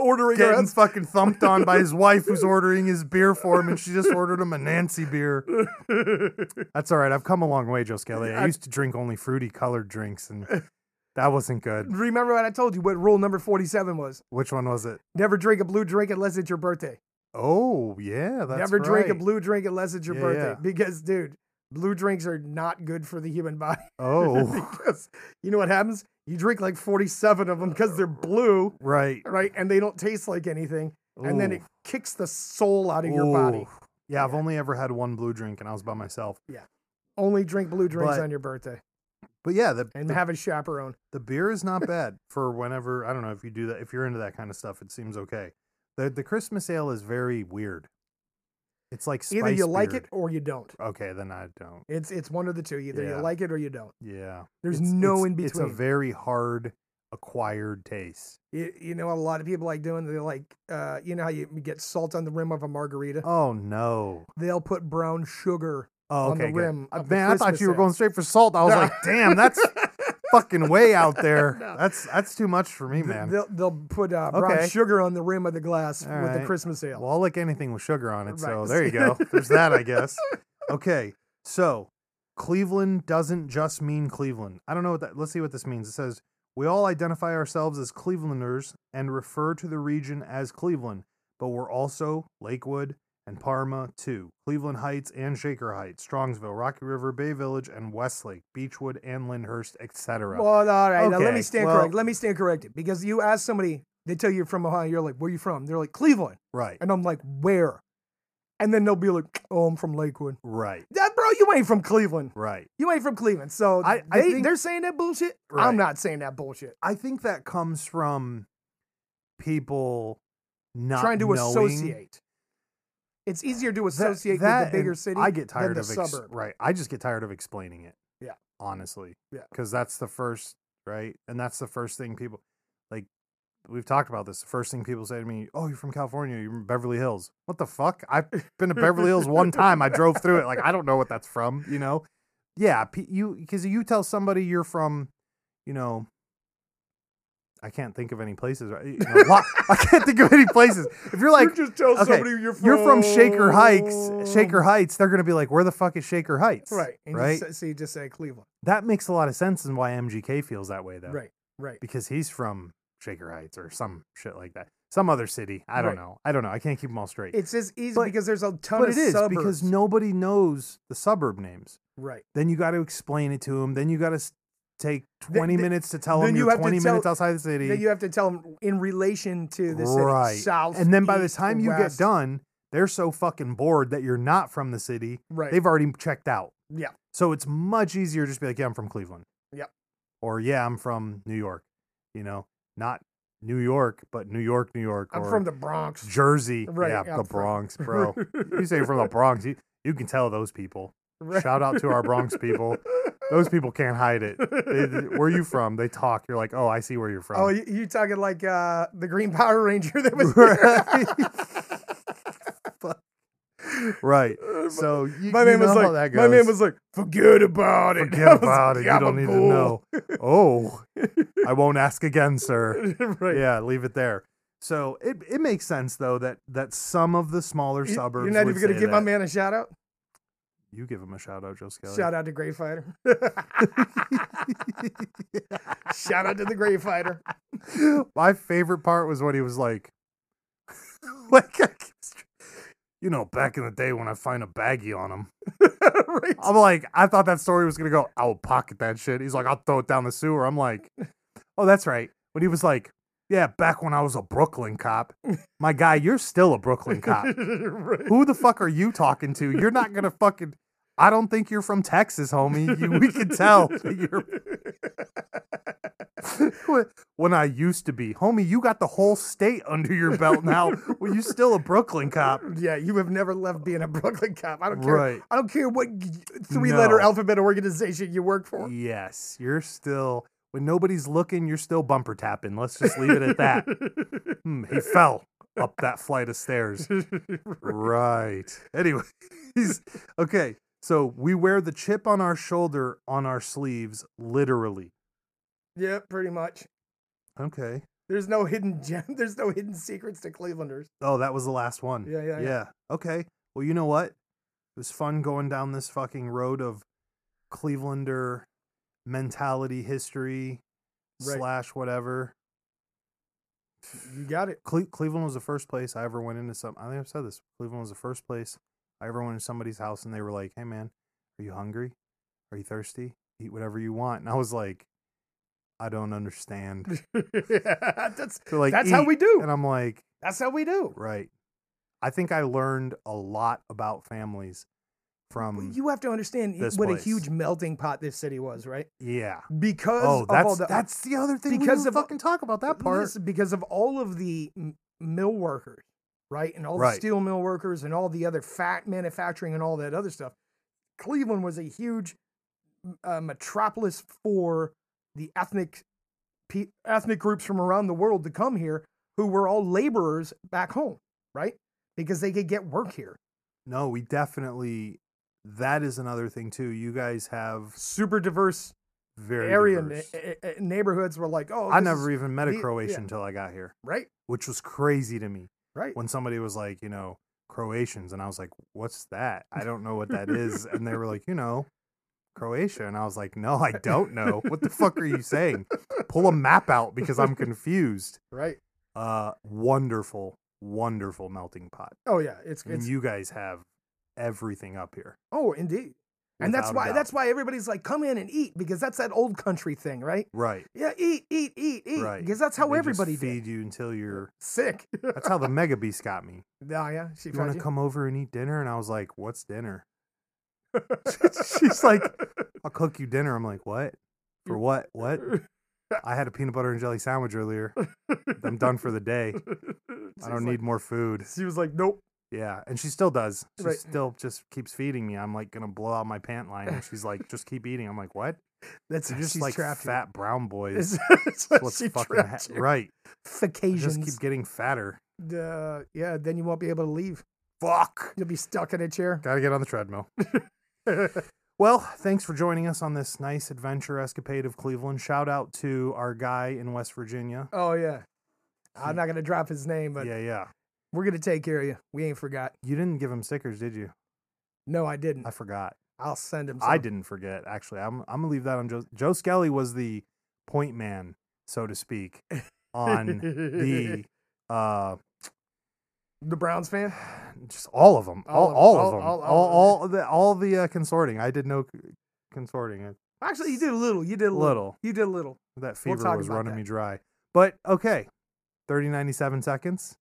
[SPEAKER 2] ordering
[SPEAKER 1] getting
[SPEAKER 2] us.
[SPEAKER 1] fucking thumped on by his wife who's ordering his beer for him, and she just ordered him a Nancy beer. That's all right. I've come a long way, Joe Skelly. I
[SPEAKER 2] I-
[SPEAKER 1] used to drink only fruity colored drinks, and that wasn't good.
[SPEAKER 2] Remember what I told you? What rule number forty-seven was?
[SPEAKER 1] Which one was it?
[SPEAKER 2] Never drink a blue drink unless it's your birthday.
[SPEAKER 1] Oh yeah, that's
[SPEAKER 2] Never drink a
[SPEAKER 1] right.
[SPEAKER 2] blue drink unless it's your
[SPEAKER 1] Yeah,
[SPEAKER 2] birthday.
[SPEAKER 1] yeah.
[SPEAKER 2] Because, dude, blue drinks are not good for the human body.
[SPEAKER 1] Oh,
[SPEAKER 2] because you know what happens? You drink like forty-seven of them because they're blue,
[SPEAKER 1] right.
[SPEAKER 2] right? And they don't taste like anything. and then it
[SPEAKER 1] Ooh.
[SPEAKER 2] kicks the soul out of your body.
[SPEAKER 1] Ooh. Yeah, I've only ever had one blue drink, and I was by myself.
[SPEAKER 2] Only drink blue drinks
[SPEAKER 1] But-
[SPEAKER 2] on your birthday
[SPEAKER 1] But yeah, the
[SPEAKER 2] and
[SPEAKER 1] the,
[SPEAKER 2] have a chaperone.
[SPEAKER 1] the beer is not bad for whenever I don't know if you do that. If you're into that kind of stuff, it seems okay. the The Christmas ale is very weird. It's like spice
[SPEAKER 2] Either you like
[SPEAKER 1] beard.
[SPEAKER 2] it or you don't.
[SPEAKER 1] Okay, then I don't.
[SPEAKER 2] It's it's one of the two. Either
[SPEAKER 1] Yeah.
[SPEAKER 2] you like it or you don't.
[SPEAKER 1] Yeah.
[SPEAKER 2] There's
[SPEAKER 1] It's-
[SPEAKER 2] no
[SPEAKER 1] it's-
[SPEAKER 2] in
[SPEAKER 1] It's a
[SPEAKER 2] between.
[SPEAKER 1] very hard acquired taste.
[SPEAKER 2] You, you know what a lot of people like doing? They're like, uh, you know how you get salt on the rim of a margarita?
[SPEAKER 1] Oh no.
[SPEAKER 2] They'll put brown sugar
[SPEAKER 1] Oh,
[SPEAKER 2] on
[SPEAKER 1] okay.
[SPEAKER 2] the
[SPEAKER 1] good.
[SPEAKER 2] rim.
[SPEAKER 1] Uh,
[SPEAKER 2] of the
[SPEAKER 1] Man, I thought
[SPEAKER 2] Christmas
[SPEAKER 1] you were
[SPEAKER 2] ale.
[SPEAKER 1] going straight for salt. I was
[SPEAKER 2] No.
[SPEAKER 1] like, damn, that's fucking way out there.
[SPEAKER 2] No.
[SPEAKER 1] That's that's too much for me,
[SPEAKER 2] Th-
[SPEAKER 1] man.
[SPEAKER 2] They'll, they'll put uh, brown
[SPEAKER 1] Okay.
[SPEAKER 2] sugar on the rim of the glass
[SPEAKER 1] All
[SPEAKER 2] with the
[SPEAKER 1] right.
[SPEAKER 2] Christmas ale.
[SPEAKER 1] Well, I'll lick anything with sugar on it. So
[SPEAKER 2] Right.
[SPEAKER 1] there you go. There's that, I guess. Okay. So Cleveland doesn't just mean Cleveland. I don't know what that. Let's see what this means. It says we all identify ourselves as Clevelanders and refer to the region as Cleveland, but we're also Lakewood and Parma too. Cleveland Heights and Shaker Heights, Strongsville, Rocky River, Bay Village, and Westlake, Beechwood, and Lyndhurst, etc.
[SPEAKER 2] Well, all right. Now, let
[SPEAKER 1] Okay,
[SPEAKER 2] me stand
[SPEAKER 1] well-
[SPEAKER 2] correct. Let me stand corrected because you ask somebody, they tell you you're from Ohio. You're like, where are you from? They're like, Cleveland.
[SPEAKER 1] right.
[SPEAKER 2] And I'm like, where? And then they'll be like, oh, I'm from Lakewood.
[SPEAKER 1] Right.
[SPEAKER 2] That, bro, you ain't from Cleveland.
[SPEAKER 1] Right.
[SPEAKER 2] You ain't from Cleveland. So
[SPEAKER 1] I-
[SPEAKER 2] I,
[SPEAKER 1] I
[SPEAKER 2] they,
[SPEAKER 1] think-
[SPEAKER 2] they're saying that bullshit.
[SPEAKER 1] Right.
[SPEAKER 2] I'm not saying that bullshit.
[SPEAKER 1] I think that comes from people not
[SPEAKER 2] Trying to
[SPEAKER 1] knowing-
[SPEAKER 2] associate. It's easier to associate with
[SPEAKER 1] that
[SPEAKER 2] the bigger
[SPEAKER 1] and
[SPEAKER 2] city.
[SPEAKER 1] I get tired
[SPEAKER 2] than
[SPEAKER 1] of
[SPEAKER 2] the
[SPEAKER 1] ex-
[SPEAKER 2] suburb.
[SPEAKER 1] right. I just get tired of explaining it.
[SPEAKER 2] Yeah.
[SPEAKER 1] honestly.
[SPEAKER 2] Yeah.
[SPEAKER 1] because that's the first right, and that's the first thing people like. We've talked about this. The first thing people say to me, "Oh, you're from California. You're from Beverly Hills." What the fuck? I've been to Beverly Hills one time. I drove through it. Like I don't know what that's from. You know? Yeah. P- you because you tell somebody you're from, you know. I can't think of any places. Right? You know, lo- I can't think of any places. If you're like,
[SPEAKER 2] you just tell
[SPEAKER 1] okay,
[SPEAKER 2] somebody you're from.
[SPEAKER 1] you're from Shaker Heights, Shaker Heights, they're gonna be like, where the fuck is Shaker Heights?
[SPEAKER 2] Oh. Right. And you
[SPEAKER 1] right.
[SPEAKER 2] say- so you just say Cleveland.
[SPEAKER 1] That makes a lot of sense and why MGK feels that way though.
[SPEAKER 2] Right. Right.
[SPEAKER 1] Because he's from Shaker Heights or some shit like that. Some other city. I don't
[SPEAKER 2] Right.
[SPEAKER 1] know. I don't know. I can't keep them all straight.
[SPEAKER 2] It's just easy
[SPEAKER 1] But-
[SPEAKER 2] because there's a ton
[SPEAKER 1] but
[SPEAKER 2] of
[SPEAKER 1] it is
[SPEAKER 2] suburbs.
[SPEAKER 1] because nobody knows the suburb names.
[SPEAKER 2] right.
[SPEAKER 1] Then you got to explain it to them. Then you got to take
[SPEAKER 2] Th-
[SPEAKER 1] 20
[SPEAKER 2] th-
[SPEAKER 1] minutes to tell
[SPEAKER 2] then
[SPEAKER 1] them
[SPEAKER 2] you
[SPEAKER 1] you're
[SPEAKER 2] have to
[SPEAKER 1] 20
[SPEAKER 2] tell-
[SPEAKER 1] minutes outside the city.
[SPEAKER 2] Then you have to tell them in relation to the city,
[SPEAKER 1] right.
[SPEAKER 2] south,
[SPEAKER 1] and then by the
[SPEAKER 2] east,
[SPEAKER 1] time you get
[SPEAKER 2] west.
[SPEAKER 1] done, they're so fucking bored that you're not from the city.
[SPEAKER 2] right?
[SPEAKER 1] They've already checked out.
[SPEAKER 2] yeah,
[SPEAKER 1] So it's much easier to just be like, yeah, I'm from Cleveland.
[SPEAKER 2] Yep.
[SPEAKER 1] Or yeah, I'm from New York. You know, not New York, but New York, New York.
[SPEAKER 2] I'm
[SPEAKER 1] or
[SPEAKER 2] from the Bronx.
[SPEAKER 1] Jersey.
[SPEAKER 2] Right,
[SPEAKER 1] yeah,
[SPEAKER 2] yeah,
[SPEAKER 1] the
[SPEAKER 2] I'm from-
[SPEAKER 1] Bronx, bro. you say you're from the Bronx. You, you can tell those people.
[SPEAKER 2] Right.
[SPEAKER 1] Shout out to our Bronx people. Those people can't hide it. They- where you from? They talk. You're like, oh, I see where you're from.
[SPEAKER 2] Oh, you, you talking like uh, the Green Power Ranger that was
[SPEAKER 1] right. So you,
[SPEAKER 2] my
[SPEAKER 1] you
[SPEAKER 2] man
[SPEAKER 1] know
[SPEAKER 2] was
[SPEAKER 1] how
[SPEAKER 2] like,
[SPEAKER 1] that
[SPEAKER 2] my
[SPEAKER 1] goes.
[SPEAKER 2] man was like, forget about it.
[SPEAKER 1] Forget
[SPEAKER 2] I was
[SPEAKER 1] about
[SPEAKER 2] like,
[SPEAKER 1] it. You
[SPEAKER 2] "I'm
[SPEAKER 1] don't
[SPEAKER 2] a
[SPEAKER 1] need to
[SPEAKER 2] ghoul."
[SPEAKER 1] know. Oh, I won't ask again, sir.
[SPEAKER 2] right.
[SPEAKER 1] Yeah, leave it there. So it, it makes sense though that that some of the smaller
[SPEAKER 2] You-
[SPEAKER 1] suburbs.
[SPEAKER 2] You're not
[SPEAKER 1] would
[SPEAKER 2] even gonna
[SPEAKER 1] say
[SPEAKER 2] give my
[SPEAKER 1] that.
[SPEAKER 2] man a shout out.
[SPEAKER 1] You give him a shout out, Joe Skelly.
[SPEAKER 2] Shout out to Grey Fighter. shout out to the Grey Fighter.
[SPEAKER 1] my favorite part was when he was like, like, you know, back in the day when I find a baggie on him,
[SPEAKER 2] right.
[SPEAKER 1] I'm like, I thought that story was gonna go, I'll pocket that shit. He's like, I'll throw it down the sewer. I'm like, oh, that's right. When he was like, yeah, back when I was a Brooklyn cop, my guy, you're still a Brooklyn cop.
[SPEAKER 2] Right.
[SPEAKER 1] Who the fuck are you talking to? You're not gonna fucking. I don't think you're from Texas, homie. You, we can tell that you're. when I used to be, homie, you got the whole state under your belt now. Well, you still a Brooklyn cop,
[SPEAKER 2] Yeah, you have never left being a Brooklyn cop. I don't care.
[SPEAKER 1] Right.
[SPEAKER 2] I don't care what three letter
[SPEAKER 1] No.
[SPEAKER 2] alphabet organization you work for.
[SPEAKER 1] Yes, you're still when nobody's looking, you're still bumper tapping. Let's just leave it at that. Hmm, he fell up that flight of stairs. right. Anyways, okay. So we wear the chip on our shoulder on our sleeves, literally.
[SPEAKER 2] Yeah, pretty much.
[SPEAKER 1] Okay.
[SPEAKER 2] There's no hidden gem. There's no hidden secrets to Clevelanders.
[SPEAKER 1] Oh, that was the last one.
[SPEAKER 2] Yeah, yeah, yeah.
[SPEAKER 1] Okay. Well, you know what? It was fun going down this fucking road of Clevelander mentality, history,
[SPEAKER 2] Right.
[SPEAKER 1] slash whatever.
[SPEAKER 2] You got it.
[SPEAKER 1] Cle- Cleveland was the first place I ever went into some. I think I've said this. Cleveland was the first place I ever went into somebody's house, and they were like, "Hey, man, are you hungry? Are you thirsty? Eat whatever you want." And I was like, "I don't understand."
[SPEAKER 2] that's
[SPEAKER 1] So like,
[SPEAKER 2] that's how
[SPEAKER 1] "Eat."
[SPEAKER 2] we do.
[SPEAKER 1] And I'm like,
[SPEAKER 2] That's how we do.
[SPEAKER 1] right. I think I learned a lot about families from.
[SPEAKER 2] You have to understand
[SPEAKER 1] Um, this
[SPEAKER 2] what
[SPEAKER 1] place.
[SPEAKER 2] a huge melting pot this city was, right?
[SPEAKER 1] yeah.
[SPEAKER 2] Because
[SPEAKER 1] Oh,
[SPEAKER 2] of all
[SPEAKER 1] that's
[SPEAKER 2] the
[SPEAKER 1] that's the other thing. Because
[SPEAKER 2] because
[SPEAKER 1] we didn't
[SPEAKER 2] of-
[SPEAKER 1] fucking talk about that part.
[SPEAKER 2] Listen, because of all of the m- mill workers right? And all
[SPEAKER 1] Right.
[SPEAKER 2] the steel mill workers and all the other fat manufacturing and all that other stuff. Cleveland was a huge uh, metropolis for the ethnic pe- ethnic groups from around the world to come here, who were all laborers back home, right? Because they could get work here.
[SPEAKER 1] No, we definitely. That is another thing too. You guys have
[SPEAKER 2] Super diverse
[SPEAKER 1] very
[SPEAKER 2] area
[SPEAKER 1] diverse-
[SPEAKER 2] na- eh, eh, neighborhoods were like, oh,
[SPEAKER 1] I
[SPEAKER 2] this is-
[SPEAKER 1] never even met a
[SPEAKER 2] the- yeah.
[SPEAKER 1] Croatian until I got here,
[SPEAKER 2] right,
[SPEAKER 1] which was crazy to me.
[SPEAKER 2] right.
[SPEAKER 1] When somebody was like, you know, Croatians, and I was like, "What's that? I don't know what that is." and they were like, "You know, Croatia," and I was like, "No, I don't know. What the fuck are you saying? Pull a map out because I'm confused."
[SPEAKER 2] right.
[SPEAKER 1] Uh, wonderful, wonderful melting pot.
[SPEAKER 2] Oh yeah, it's
[SPEAKER 1] I mean,
[SPEAKER 2] it's
[SPEAKER 1] you guys have everything up here.
[SPEAKER 2] oh indeed, and that's
[SPEAKER 1] without a
[SPEAKER 2] why
[SPEAKER 1] doubt.
[SPEAKER 2] that's why everybody's like, come in and eat because that's that old country thing, right?
[SPEAKER 1] right.
[SPEAKER 2] Yeah, eat, eat, eat, eat,
[SPEAKER 1] Right.
[SPEAKER 2] because that's how
[SPEAKER 1] They just
[SPEAKER 2] everybody did.
[SPEAKER 1] feed you until you're.
[SPEAKER 2] Sick. oh
[SPEAKER 1] That's how the mega beast got me.
[SPEAKER 2] yeah, she
[SPEAKER 1] You want
[SPEAKER 2] found
[SPEAKER 1] to
[SPEAKER 2] you.
[SPEAKER 1] come over and eat dinner? And I was like, "What's dinner?" She's like, "I'll cook you dinner." I'm like, "What? For
[SPEAKER 2] Mm.
[SPEAKER 1] what? What?" I had a peanut butter and jelly sandwich earlier. I'm done for the day. I don't need more food.
[SPEAKER 2] She was like, nope.
[SPEAKER 1] Yeah, and she still does. She
[SPEAKER 2] Right.
[SPEAKER 1] still just keeps feeding me. I'm like gonna blow out my pant line, and she's like, "Just keep eating." I'm like, "What?"
[SPEAKER 2] That's
[SPEAKER 1] You're just
[SPEAKER 2] she's
[SPEAKER 1] like
[SPEAKER 2] trapped you.
[SPEAKER 1] fat brown boys.
[SPEAKER 2] It's- it's what
[SPEAKER 1] What's
[SPEAKER 2] she
[SPEAKER 1] fucking ha-
[SPEAKER 2] trapped you.
[SPEAKER 1] right? I just
[SPEAKER 2] Facations.
[SPEAKER 1] keep getting fatter.
[SPEAKER 2] Uh, yeah, then you won't be able to leave.
[SPEAKER 1] Fuck.
[SPEAKER 2] You'll be stuck in a chair. Oh,
[SPEAKER 1] Gotta get on the treadmill. well, thanks for joining us on this nice adventure escapade of Cleveland. Shout out to our guy in West Virginia.
[SPEAKER 2] Oh yeah. I'm not gonna drop his name, but
[SPEAKER 1] yeah, yeah.
[SPEAKER 2] we're gonna take care of you. We ain't forgot.
[SPEAKER 1] You didn't give him stickers, did you?
[SPEAKER 2] No, I didn't.
[SPEAKER 1] I forgot.
[SPEAKER 2] I'll send him.
[SPEAKER 1] I
[SPEAKER 2] some.
[SPEAKER 1] didn't forget. Actually, I'm I'm gonna leave that on Joe. Joe Skelly was the point man, so to speak, on the uh
[SPEAKER 2] the Browns fan.
[SPEAKER 1] just all of them, all
[SPEAKER 2] All
[SPEAKER 1] all,
[SPEAKER 2] of-
[SPEAKER 1] of them, all
[SPEAKER 2] all- all-
[SPEAKER 1] all,
[SPEAKER 2] all of
[SPEAKER 1] the all the uh, consorting. I did no c- consorting.
[SPEAKER 2] Actually, you did a little. You did a
[SPEAKER 1] A
[SPEAKER 2] little.
[SPEAKER 1] little.
[SPEAKER 2] You did a little.
[SPEAKER 1] That
[SPEAKER 2] We'll
[SPEAKER 1] fever
[SPEAKER 2] talk
[SPEAKER 1] was
[SPEAKER 2] about
[SPEAKER 1] running
[SPEAKER 2] that.
[SPEAKER 1] me dry. But okay, 30, 97 seconds.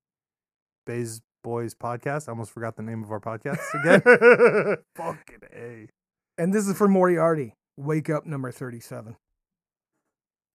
[SPEAKER 1] Bay's Boys podcast. I almost forgot the name of our podcast again. Fucking A.
[SPEAKER 2] and this is for Moriarty. Wake up, number thirty-seven.